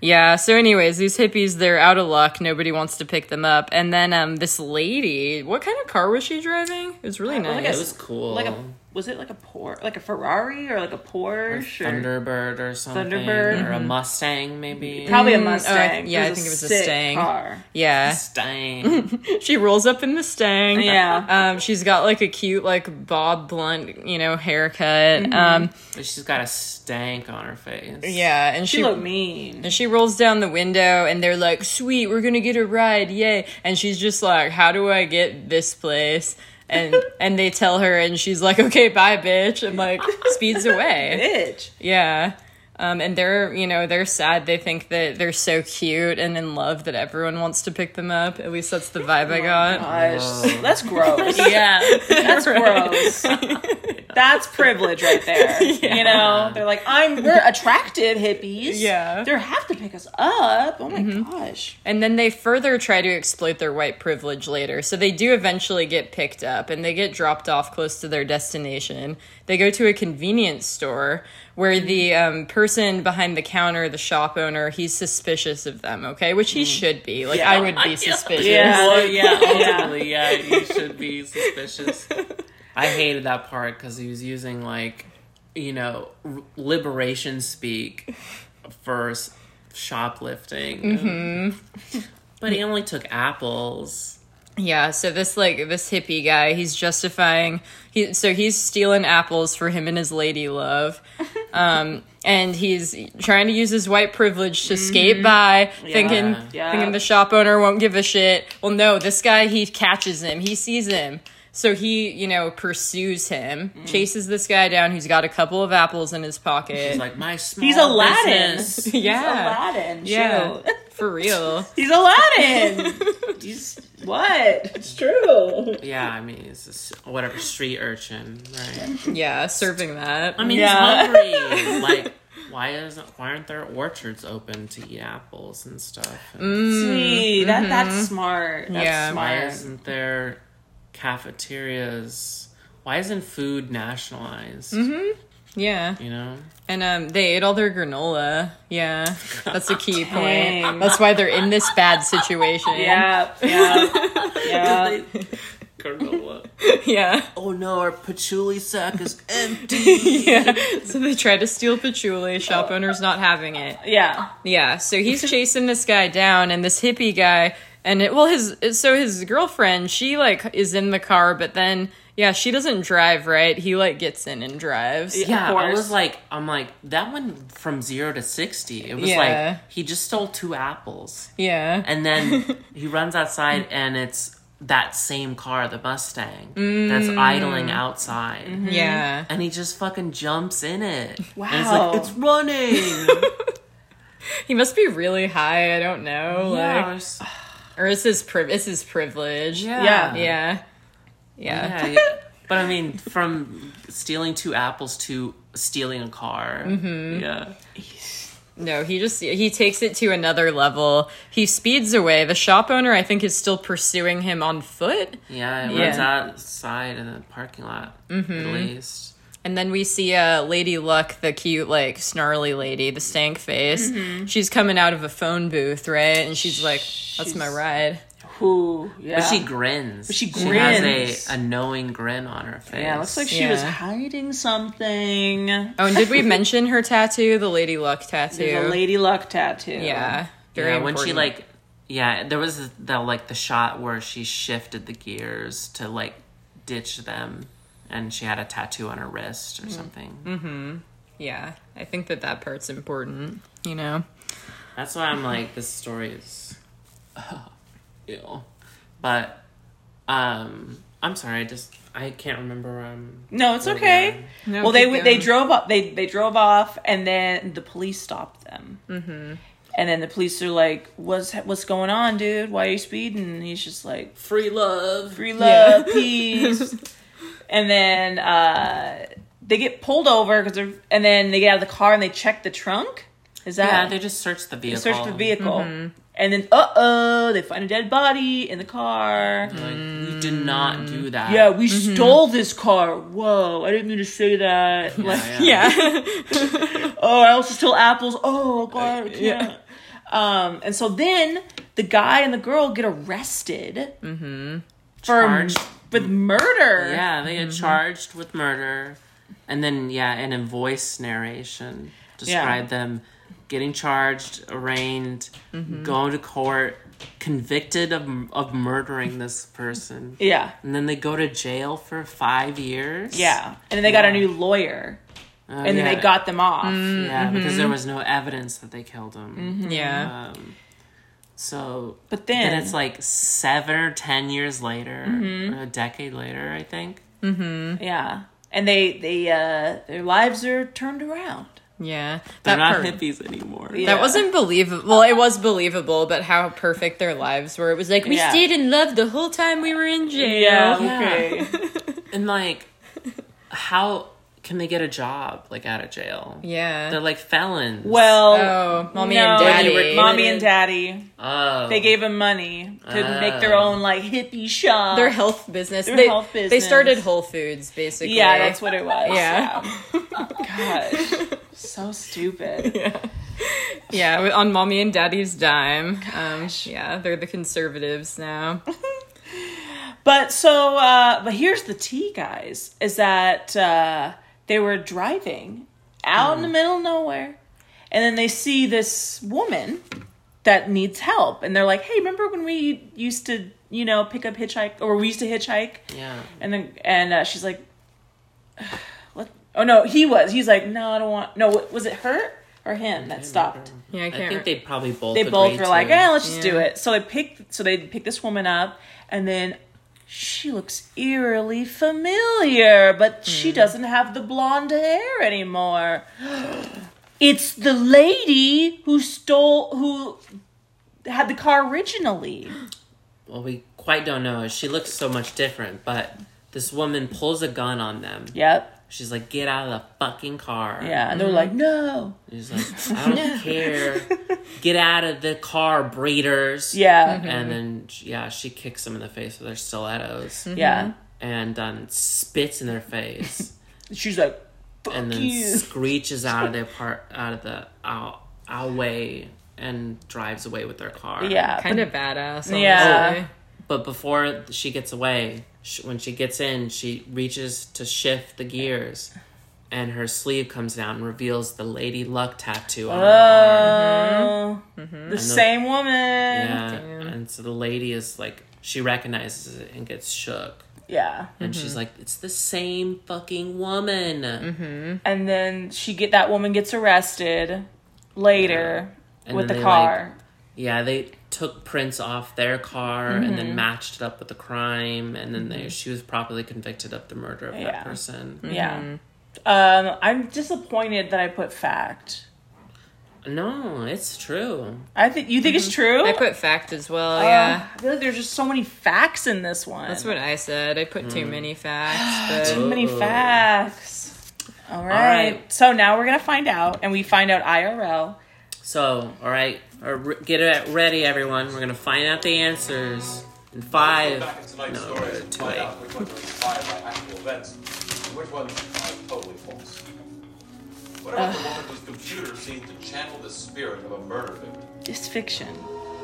Speaker 3: yeah, so anyways, these hippies, they're out of luck. Nobody wants to pick them up. And then um this lady, what kind of car was she driving? It was really
Speaker 5: well, I
Speaker 2: it
Speaker 3: nice.
Speaker 2: was cool.
Speaker 5: like a was it like a por like a Ferrari or like a Porsche or
Speaker 2: Thunderbird or something,
Speaker 5: Thunderbird.
Speaker 2: or a Mustang maybe.
Speaker 5: probably a
Speaker 3: Mm, oh, I-
Speaker 5: Mustang.
Speaker 3: yeah, I
Speaker 5: was
Speaker 3: think it was a
Speaker 5: sick
Speaker 3: Stang.
Speaker 5: Car.
Speaker 3: Yeah.
Speaker 2: Mustang.
Speaker 3: She rolls up in the Stang.
Speaker 5: Yeah.
Speaker 3: Um she's got like a cute like Bob Blunt, you know, haircut. Um
Speaker 2: But she's got a stank on her face.
Speaker 3: yeah, and she,
Speaker 5: She looked mean.
Speaker 3: and she rolls down the window and they're like, "Sweet, we're going to get a ride. Yay." And she's just like, "How do I get this place?" And and they tell her and she's like, "Okay, bye, bitch." And like speeds away.
Speaker 5: Bitch.
Speaker 3: Yeah. Um, and they're, you know, they're sad. They think that they're so cute and in love that everyone wants to pick them up. At least that's the vibe I got.
Speaker 5: Gosh,
Speaker 2: Whoa.
Speaker 5: that's gross.
Speaker 2: Yeah.
Speaker 5: That's gross. That's privilege right there. You know, they're like, I'm we're attractive hippies.
Speaker 3: Yeah.
Speaker 5: they have to pick us up. Oh my gosh.
Speaker 3: And then they further try to exploit their white privilege later. So they do eventually get picked up and they get dropped off close to their destination. They go to a convenience store where the um, person behind the counter, the shop owner, he's suspicious of them, okay? Which he should be. Like, I would be suspicious.
Speaker 5: Yeah.
Speaker 2: Well, yeah,
Speaker 5: Yeah.
Speaker 2: ultimately, yeah, you should be suspicious. I hated that part because he was using like, you know, r- liberation speak for s- shoplifting. Mm-hmm. But he only took apples.
Speaker 3: Yeah, so this like this hippie guy, he's justifying he so he's stealing apples for him and his lady love. Um and he's trying to use his white privilege to
Speaker 2: Mm-hmm.
Speaker 3: skate by thinking
Speaker 5: yeah.
Speaker 3: thinking the shop owner won't give a shit. Well no, this guy he catches him. He sees him. So he, you know, pursues him,
Speaker 2: Mm.
Speaker 3: chases this guy down who's got a couple of apples in his pocket.
Speaker 2: Eh. He's like my small.
Speaker 5: He's Aladdin.
Speaker 2: business."
Speaker 3: yeah.
Speaker 5: Oh, Aladdin.
Speaker 3: Yeah.
Speaker 5: Yeah.
Speaker 3: For real.
Speaker 5: He's Aladdin. He's what? It's true.
Speaker 2: Yeah, I mean, it's a s whatever street urchin, right?
Speaker 3: Yeah, serving that.
Speaker 2: I mean,
Speaker 5: Yeah.
Speaker 2: he's hungry. like, why isn't why aren't there orchards open to eat apples and stuff? And-
Speaker 5: Sweet. That that's smart. That's
Speaker 3: Yeah.
Speaker 2: Why
Speaker 5: smart.
Speaker 2: isn't there cafeterias? Why isn't food nationalized?
Speaker 5: Mm-hmm.
Speaker 3: yeah.
Speaker 2: You know,
Speaker 3: And um, they ate all their granola. Yeah, that's a key point.
Speaker 5: Dang.
Speaker 3: That's why they're in this bad situation.
Speaker 5: Yeah. Yeah. Yeah.
Speaker 2: granola.
Speaker 3: yeah,
Speaker 2: oh no, our patchouli sack is empty.
Speaker 3: yeah. So they try to steal patchouli. Shop owner's not having it.
Speaker 5: Yeah.
Speaker 3: Yeah. So he's chasing this guy down, and this hippie guy, and it, well, his so his girlfriend, she like is in the car, but then yeah, she doesn't drive right. He like gets in and drives.
Speaker 5: Yeah.
Speaker 2: Yeah,
Speaker 5: Of
Speaker 2: I
Speaker 5: course.
Speaker 2: was like, I'm like that went from zero to sixty. It was
Speaker 3: Yeah.
Speaker 2: like he just stole two apples,
Speaker 3: Yeah.
Speaker 2: and then he runs outside, and it's that same car, the Mustang,
Speaker 5: Mm.
Speaker 2: that's idling outside.
Speaker 5: Mm-hmm.
Speaker 3: yeah.
Speaker 2: and he just fucking jumps in it. And it's
Speaker 5: Wow.
Speaker 2: like, it's running.
Speaker 3: He must be really high. I don't know.
Speaker 2: yeah.
Speaker 3: Like,
Speaker 2: it's-
Speaker 3: or it's his priv- it's his privilege.
Speaker 2: yeah.
Speaker 3: Yeah. Yeah.
Speaker 2: Yeah, But I mean, from stealing two apples to stealing a car. Yeah.
Speaker 3: No, he just he takes it to another level. He speeds away. The shop owner, I think, is still pursuing him on foot.
Speaker 2: Yeah, it
Speaker 3: Yeah.
Speaker 2: runs outside in the parking lot, at least.
Speaker 3: And then we see uh, Lady Luck, the cute, like snarly lady, the stank face. She's coming out of a phone booth, right? And she's like, "That's my ride."
Speaker 1: Who? Yeah.
Speaker 2: But she grins. But
Speaker 1: she grins.
Speaker 2: has a, a knowing grin on her face.
Speaker 1: yeah, looks like she was
Speaker 3: Yeah.
Speaker 1: hiding something.
Speaker 3: Oh, and did we mention her tattoo, the Lady Luck
Speaker 1: There's a
Speaker 3: tattoo?
Speaker 1: Lady Luck tattoo.
Speaker 3: yeah, very
Speaker 2: Yeah, when she
Speaker 3: important.
Speaker 2: like, yeah, there was the like the shot where she shifted the gears to like ditch them, and she had a tattoo on her wrist or something.
Speaker 3: yeah, I think that that part's important. You know,
Speaker 2: That's why I'm like, this story is ill. But um I'm sorry, I just I can't remember um
Speaker 1: No, it's okay.
Speaker 3: No,
Speaker 1: well, they
Speaker 3: keep
Speaker 1: they
Speaker 3: going.
Speaker 1: drove up. They they drove off, and then the police stopped them. Mm-hmm. And then the police are like, "What's what's going on, dude? Why are you speeding?" And he's just like,
Speaker 2: Free Love.
Speaker 1: "Free love, peace." and then uh, they get pulled over because they're. And then they get out of the car and they check the trunk. Is
Speaker 2: Yeah,
Speaker 1: that
Speaker 2: they just searched the vehicle.
Speaker 1: search the vehicle? And then uh oh, they find a dead body in the car.
Speaker 2: Like, you did not do that.
Speaker 1: Yeah, we stole this car. Whoa, I didn't mean to say that. Like,
Speaker 2: yeah.
Speaker 3: yeah,
Speaker 1: oh, I also steal apples. Oh God, I can't. Um, and so then the guy and the girl get arrested for
Speaker 2: Charged.
Speaker 1: with murder.
Speaker 2: Yeah, they get charged with murder. And then yeah, and in voice narration describe them getting charged, arraigned, going to court, convicted of of murdering this person.
Speaker 1: yeah,
Speaker 2: And then they go to jail for five years.
Speaker 1: yeah. And then they got a new lawyer,
Speaker 2: Oh,
Speaker 1: and
Speaker 2: yeah. Mm.
Speaker 1: then they got mm-hmm. them off.
Speaker 2: Yeah, because there was no evidence that they killed him.
Speaker 1: Mm-hmm.
Speaker 3: yeah.
Speaker 2: Um, so
Speaker 1: But then,
Speaker 2: then it's like seven or ten years later,
Speaker 1: Mm-hmm.
Speaker 2: or a decade later, I think.
Speaker 1: yeah, and they they uh, their lives are turned around.
Speaker 3: Yeah,
Speaker 2: They're
Speaker 3: that
Speaker 2: not
Speaker 3: part.
Speaker 2: hippies anymore.
Speaker 1: Yeah.
Speaker 3: That wasn't believable. Well, it was believable, but how perfect their lives were. It was like we
Speaker 1: Yeah.
Speaker 3: stayed in love the whole time we were in jail.
Speaker 2: okay. And like, how can they get a job like out of jail?
Speaker 3: Yeah.
Speaker 2: They're like felons.
Speaker 1: Well,
Speaker 3: Oh, mommy and
Speaker 1: no,
Speaker 3: daddy.
Speaker 2: Daddy.
Speaker 1: mommy and daddy.
Speaker 2: oh,
Speaker 1: They gave him money to
Speaker 2: Oh.
Speaker 1: make their own like hippie shop.
Speaker 3: their health business.
Speaker 1: Their
Speaker 3: they,
Speaker 1: health
Speaker 3: They
Speaker 1: business.
Speaker 3: started Whole Foods, basically.
Speaker 1: Yeah, that's what it was.
Speaker 3: Yeah.
Speaker 1: yeah. Gosh. So stupid.
Speaker 3: Yeah, on mommy and daddy's dime. Um, yeah, they're the conservatives now.
Speaker 1: But so, uh, but here's the tea, guys, is that uh, they were driving out in the middle of nowhere, and then they see this woman that needs help, and they're like, "Hey, remember when we used to, you know, pick up hitchhike, or we used to hitchhike?"
Speaker 2: yeah.
Speaker 1: And then, and uh, she's like, "What? Oh no, he was. He's like, no, I don't want. No, was it her or him that stopped?"
Speaker 3: Yeah, I
Speaker 2: I
Speaker 3: can't.
Speaker 2: think they probably both.
Speaker 1: they both
Speaker 2: agreed
Speaker 1: were like, "Eh,
Speaker 2: to.
Speaker 1: "Yeah, let's just do
Speaker 3: Yeah.
Speaker 1: it." So they picked, so they picked this woman up, and then she looks eerily familiar, but
Speaker 2: Hmm.
Speaker 1: she doesn't have the blonde hair anymore. it's the lady who stole, who had the car originally.
Speaker 2: well, we quite don't know. She looks so much different, but this woman pulls a gun on them.
Speaker 1: Yep.
Speaker 2: She's like, get out of the fucking car.
Speaker 1: Yeah, and they're like, no.
Speaker 2: She's like, I don't care. Get out of the car, breeders.
Speaker 1: Yeah,
Speaker 2: And then, she- yeah, she kicks them in the face with her stilettos
Speaker 1: yeah.
Speaker 2: and um, spits in their face
Speaker 1: She's like,
Speaker 2: and then
Speaker 1: you.
Speaker 2: screeches out of their part, out of the out, out way and drives away with their car.
Speaker 1: yeah.
Speaker 3: kind of badass. Honestly.
Speaker 1: Yeah.
Speaker 2: But before she gets away, sh when she gets in, she reaches to shift the gears, and her sleeve comes down and reveals the Lady Luck tattoo on her arm.
Speaker 1: Oh, the same woman. Yeah.
Speaker 2: Mm-hmm. Yeah, and so the lady is like, she recognizes it and gets shook, and she's like, "It's the same fucking woman."
Speaker 1: And then she get that woman gets arrested later
Speaker 2: And
Speaker 1: with
Speaker 2: then
Speaker 1: the
Speaker 2: they,
Speaker 1: car.
Speaker 2: Yeah, they took prints off their car and then matched it up with the crime, and then they, she was properly convicted of the murder of
Speaker 1: Yeah.
Speaker 2: that person.
Speaker 3: mm-hmm.
Speaker 1: yeah. Um, I'm disappointed that I put fact.
Speaker 2: No, it's true.
Speaker 1: I think you think it's true.
Speaker 3: Mm-hmm. I put fact as well. yeah,
Speaker 1: Uh, I feel like there's just so many facts in this one.
Speaker 3: that's what I said. I put
Speaker 1: Hmm.
Speaker 3: too many facts.
Speaker 1: Too
Speaker 3: But
Speaker 1: many
Speaker 2: Oh.
Speaker 1: facts. All right.
Speaker 2: right.
Speaker 1: So now we're gonna find out, and we find out IRL.
Speaker 2: So, all right, or re- get it ready, everyone. We're gonna find out the answers in five.
Speaker 6: Back in tonight's
Speaker 2: No,
Speaker 6: stories
Speaker 2: uh,
Speaker 6: and
Speaker 2: too
Speaker 6: find
Speaker 2: late.
Speaker 6: out which ones are inspired by actual events and which ones are totally false. Whatever the woman whose computer seemed to channel the spirit of a murder victim.
Speaker 1: It's fiction.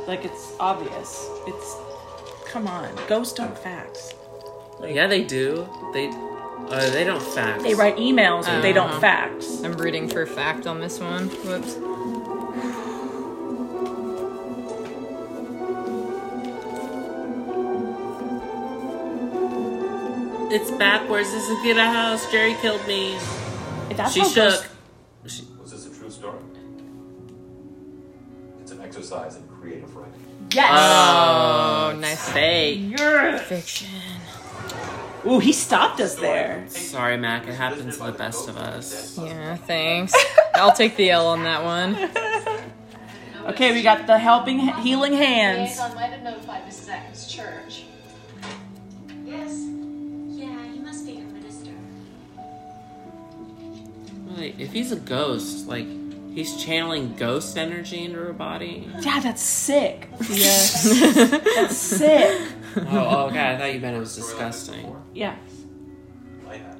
Speaker 1: Like it's obvious. It's come on. Ghosts don't fax.
Speaker 2: Yeah, they do. They uh, they don't fax.
Speaker 1: They write emails, but they don't
Speaker 3: Uh-huh.
Speaker 1: fax.
Speaker 3: I'm rooting for fact on this one. Whoops.
Speaker 2: It's backwards. This is get a house. Jerry killed me.
Speaker 1: That's
Speaker 2: She
Speaker 1: how ghosts-
Speaker 2: shook. She,
Speaker 6: Was this a true story? It's an exercise in creative writing.
Speaker 1: Yes.
Speaker 3: Oh, nice
Speaker 2: fake.
Speaker 1: You're-
Speaker 3: fiction.
Speaker 1: Ooh, he stopped us
Speaker 6: Story
Speaker 1: there.
Speaker 2: Sorry, Mac. It happens to the best of us.
Speaker 3: Yeah, thanks. I'll take the L on that one.
Speaker 1: Okay, we got the helping, healing hands.
Speaker 7: Liaison might have notified Mrs. Atkins Church.
Speaker 8: Yes. Yeah, he must be your minister.
Speaker 2: Like, if he's a ghost, like he's channeling ghost energy into her body.
Speaker 1: Yeah, that's sick. Yeah, that's sick.
Speaker 2: oh, oh, okay. I thought you meant it was disgusting.
Speaker 1: Yeah.
Speaker 6: I had.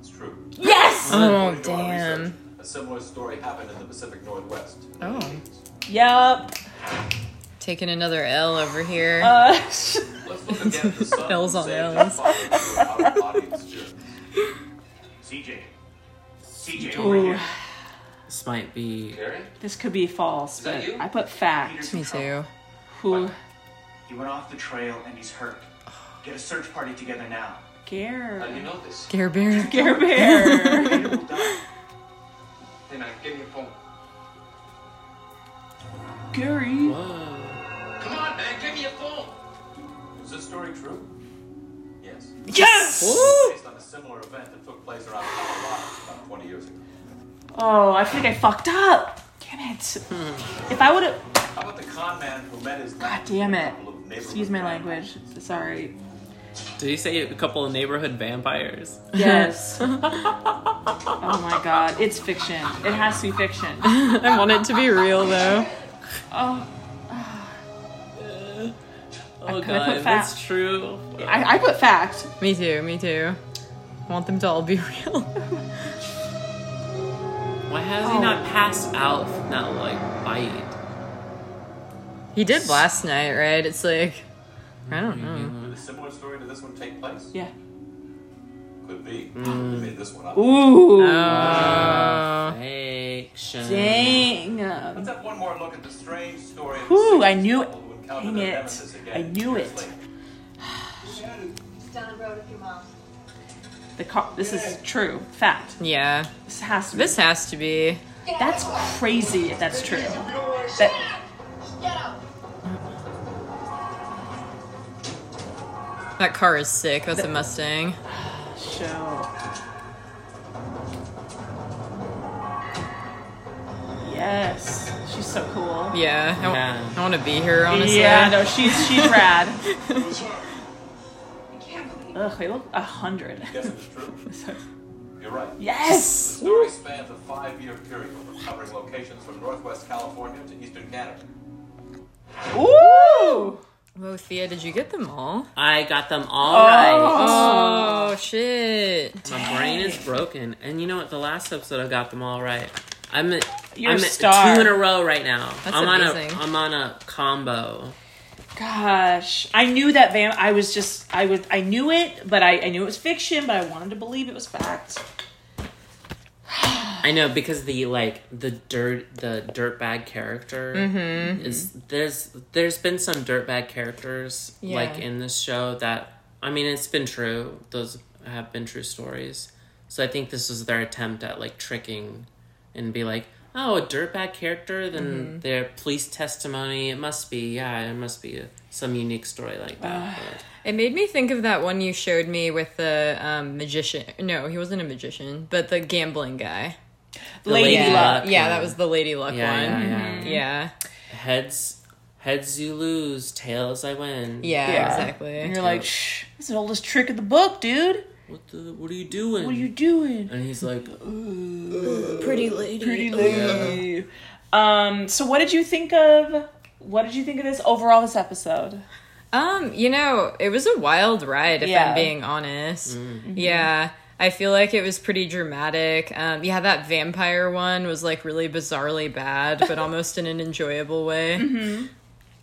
Speaker 6: It's true.
Speaker 1: Yes.
Speaker 3: Oh,
Speaker 6: According to our
Speaker 3: damn.
Speaker 6: research, A similar story happened in the Pacific Northwest. in the
Speaker 3: Oh.
Speaker 6: 1980s.
Speaker 1: Yep.
Speaker 3: Taking another L over here.
Speaker 1: Uh,
Speaker 6: Let's look again at the sun.
Speaker 3: L's on
Speaker 6: saved
Speaker 3: L's.
Speaker 6: by the out-of-body experience.
Speaker 9: CJ. CJ over here.
Speaker 2: This might be.
Speaker 6: Gary?
Speaker 1: this could be false, but
Speaker 6: that you?
Speaker 1: I put fact.
Speaker 3: Me too.
Speaker 1: Who?
Speaker 9: He went off the trail and he's hurt. Get a search party together now.
Speaker 6: How do you
Speaker 1: Gare.
Speaker 6: know this?
Speaker 3: Care Bear.
Speaker 1: Gare Bear.
Speaker 9: Peter will die.
Speaker 6: Hey, man, give me a phone.
Speaker 1: Gary.
Speaker 2: Whoa.
Speaker 6: Come on, man, give me a phone. Is this story true? Yes.
Speaker 1: Yes.
Speaker 6: Based on a similar event that took place around Colorado about 20 years ago.
Speaker 1: Oh, I think I fucked up. Damn it. If I would have.
Speaker 6: How about the con man who met his
Speaker 1: God damn it. Excuse my language. Sorry.
Speaker 2: Did he say a couple of neighborhood vampires?
Speaker 1: Yes. oh my god. It's fiction. It has to be fiction.
Speaker 3: I want it to be real though.
Speaker 1: Oh,
Speaker 2: Oh
Speaker 1: could've put
Speaker 2: god,
Speaker 1: fa-
Speaker 2: that's true.
Speaker 1: I, I put fact.
Speaker 3: Me too. Me too. I want them to all be real.
Speaker 2: Why has he
Speaker 1: Oh.
Speaker 2: not passed out from that like bite?
Speaker 3: he did last night, right? It's like I don't know.
Speaker 6: Did a similar story to this one take place?
Speaker 1: Yeah.
Speaker 6: Could be. We made this one up.
Speaker 1: Ooh.
Speaker 3: Oh,
Speaker 2: Action.
Speaker 1: Dang.
Speaker 6: Let's have one more look at the strange story. of
Speaker 1: Whew,
Speaker 6: the
Speaker 1: I knew it.
Speaker 6: couple who encountered
Speaker 1: Dang
Speaker 6: their
Speaker 1: it.
Speaker 6: nemesis again
Speaker 1: I knew
Speaker 6: years
Speaker 1: it.
Speaker 6: later.
Speaker 7: He's down the road with your mom.
Speaker 1: The car. This is true. Fact.
Speaker 3: yeah.
Speaker 1: This has to. Be.
Speaker 3: This has to be.
Speaker 1: That's crazy. If that's true. That.
Speaker 7: Get out!
Speaker 3: That car is sick. That's a Mustang.
Speaker 1: Show. Yes. She's so cool.
Speaker 3: Yeah. I, w-
Speaker 2: Yeah.
Speaker 3: I want to be here honestly.
Speaker 1: Yeah, no, she's she's rad. Ugh, they look a hundred.
Speaker 6: Guess it was true. You're right.
Speaker 1: yes.
Speaker 6: The story spans a five-year period, covering locations from northwest California to eastern Canada.
Speaker 1: Ooh.
Speaker 3: Whoa, Thea, did you get them all?
Speaker 2: I got them all right.
Speaker 3: Oh shit.
Speaker 2: My brain is broken, and you know what? The last episode I got them all right. I'm at,
Speaker 1: You're
Speaker 2: I'm
Speaker 1: a
Speaker 2: at
Speaker 1: star.
Speaker 2: two in a row right now.
Speaker 3: That's
Speaker 2: I'm
Speaker 3: amazing.
Speaker 2: on a I'm on a combo.
Speaker 1: Gosh, I knew that vamp. I was just I was I knew it, but I I knew it was fiction, but I wanted to believe it was fact.
Speaker 2: I know because the like the dirt the dirtbag character is there's there's been some dirtbag characters
Speaker 3: Yeah.
Speaker 2: like in this show that I mean it's been true those have been true stories so I think this is their attempt at like tricking and be like oh a dirtbag character then their police testimony it must be yeah it must be some unique story like that
Speaker 3: It made me think of that one you showed me with the um, magician. No, he wasn't a magician, but the gambling guy.
Speaker 2: The
Speaker 1: Lady
Speaker 2: Lady
Speaker 3: yeah,
Speaker 2: Luck
Speaker 3: yeah,
Speaker 2: one.
Speaker 3: that was the lady luck
Speaker 2: Yeah, yeah,
Speaker 3: one. Mm-hmm.
Speaker 2: yeah.
Speaker 3: Yeah.
Speaker 2: Heads, heads you lose, tails I win.
Speaker 3: Yeah,
Speaker 1: Yeah.
Speaker 3: exactly.
Speaker 1: And you're like, shh, it's the oldest trick in the book, dude.
Speaker 2: What the? What are you doing?
Speaker 1: What are you doing?
Speaker 2: and he's like,
Speaker 3: pretty lady.
Speaker 1: Pretty lady. Um, so what did you think of what did you think of this overall this episode?
Speaker 3: Um, you know, it was a wild ride if
Speaker 1: Yeah. Mm.
Speaker 3: I'm being honest. Yeah. I feel like it was pretty dramatic. Um, yeah, that vampire one was like really bizarrely bad, but almost in an enjoyable way.
Speaker 1: Mm-hmm.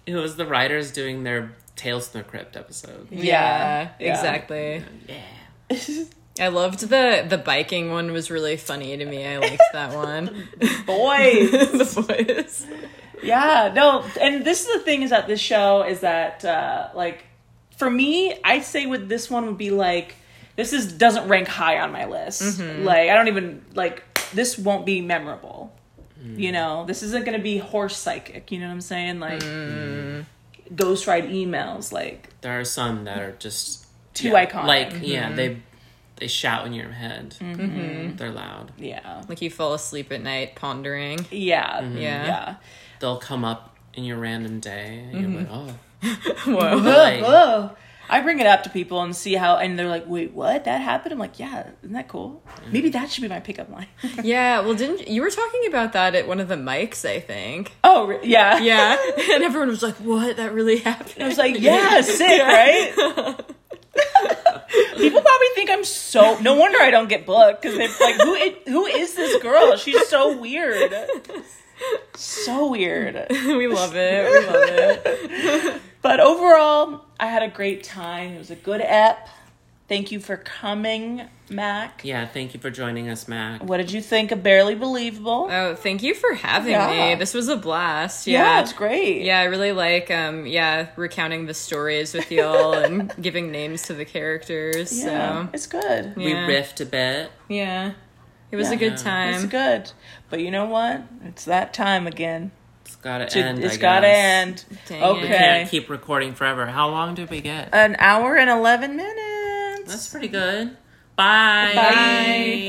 Speaker 2: it was the writers doing their Tales from the Crypt episode.
Speaker 3: Yeah,
Speaker 1: Yeah.
Speaker 3: exactly.
Speaker 2: Yeah.
Speaker 3: I loved the the biking one was really funny to me. I liked that one.
Speaker 1: Boy.
Speaker 3: the boys.
Speaker 1: yeah, no, and this is the thing is that this show is that uh like for me, I'd say with this one would be like this is doesn't rank high on my list.
Speaker 2: Mm-hmm.
Speaker 1: Like I don't even like this won't be memorable.
Speaker 2: Mm.
Speaker 1: You know, this isn't gonna be horse psychic, you know what I'm saying? Like
Speaker 2: Mm.
Speaker 1: ghost ride emails, like
Speaker 2: There are some that are just
Speaker 1: too
Speaker 2: yeah,
Speaker 1: iconic. Mm-hmm.
Speaker 2: Like yeah, they they shout in your head.
Speaker 1: Mm-hmm.
Speaker 2: They're loud.
Speaker 1: yeah.
Speaker 3: Like you fall asleep at night pondering.
Speaker 1: Yeah.
Speaker 2: Mm-hmm.
Speaker 3: Yeah.
Speaker 1: Yeah.
Speaker 2: They'll come up in your random day, and you're like,
Speaker 1: Mm-hmm.
Speaker 2: oh,
Speaker 3: Whoa.
Speaker 2: Like-
Speaker 1: Whoa. I bring it up to people and see how, and they're like, wait, what? That happened? I'm like, yeah, isn't that cool?
Speaker 2: Mm-hmm.
Speaker 1: Maybe that should be my pickup line.
Speaker 3: Yeah, well didn't you were talking about that at one of the mics, I think.
Speaker 1: oh, re- yeah.
Speaker 3: Yeah. And everyone was like, What? That really happened?
Speaker 1: I was like, yeah, sick, right? people probably think I'm so, no wonder I don't get booked because they're like, who, i- who is this girl? She's so weird. So weird.
Speaker 3: we love it. We love it.
Speaker 1: But overall, I had a great time. It was a good ep. Thank you for coming, Mac.
Speaker 2: yeah. Thank you for joining us, Mac.
Speaker 1: What did you think of Barely Believable?
Speaker 3: Oh, thank you for having
Speaker 1: Yeah.
Speaker 3: me. This was a blast.
Speaker 1: yeah.
Speaker 3: Yeah.
Speaker 1: it's great.
Speaker 3: Yeah, I really like um yeah, recounting the stories with y'all and giving names to the characters.
Speaker 1: Yeah,
Speaker 3: So
Speaker 1: it's good.
Speaker 2: We
Speaker 3: yeah.
Speaker 2: riffed a bit.
Speaker 3: Yeah. It was
Speaker 1: Yeah.
Speaker 3: a good
Speaker 1: It's
Speaker 3: time.
Speaker 1: good. But you know what? It's that time again.
Speaker 2: It's gotta
Speaker 1: To-
Speaker 2: end.
Speaker 1: it's
Speaker 2: I
Speaker 1: got to
Speaker 2: guess.
Speaker 1: end.
Speaker 3: Dang it.
Speaker 2: We
Speaker 1: okay. Uh,
Speaker 2: can't keep recording forever. How long did we get?
Speaker 1: An hour and 11 minutes.
Speaker 2: That's pretty good. Bye.
Speaker 1: Bye.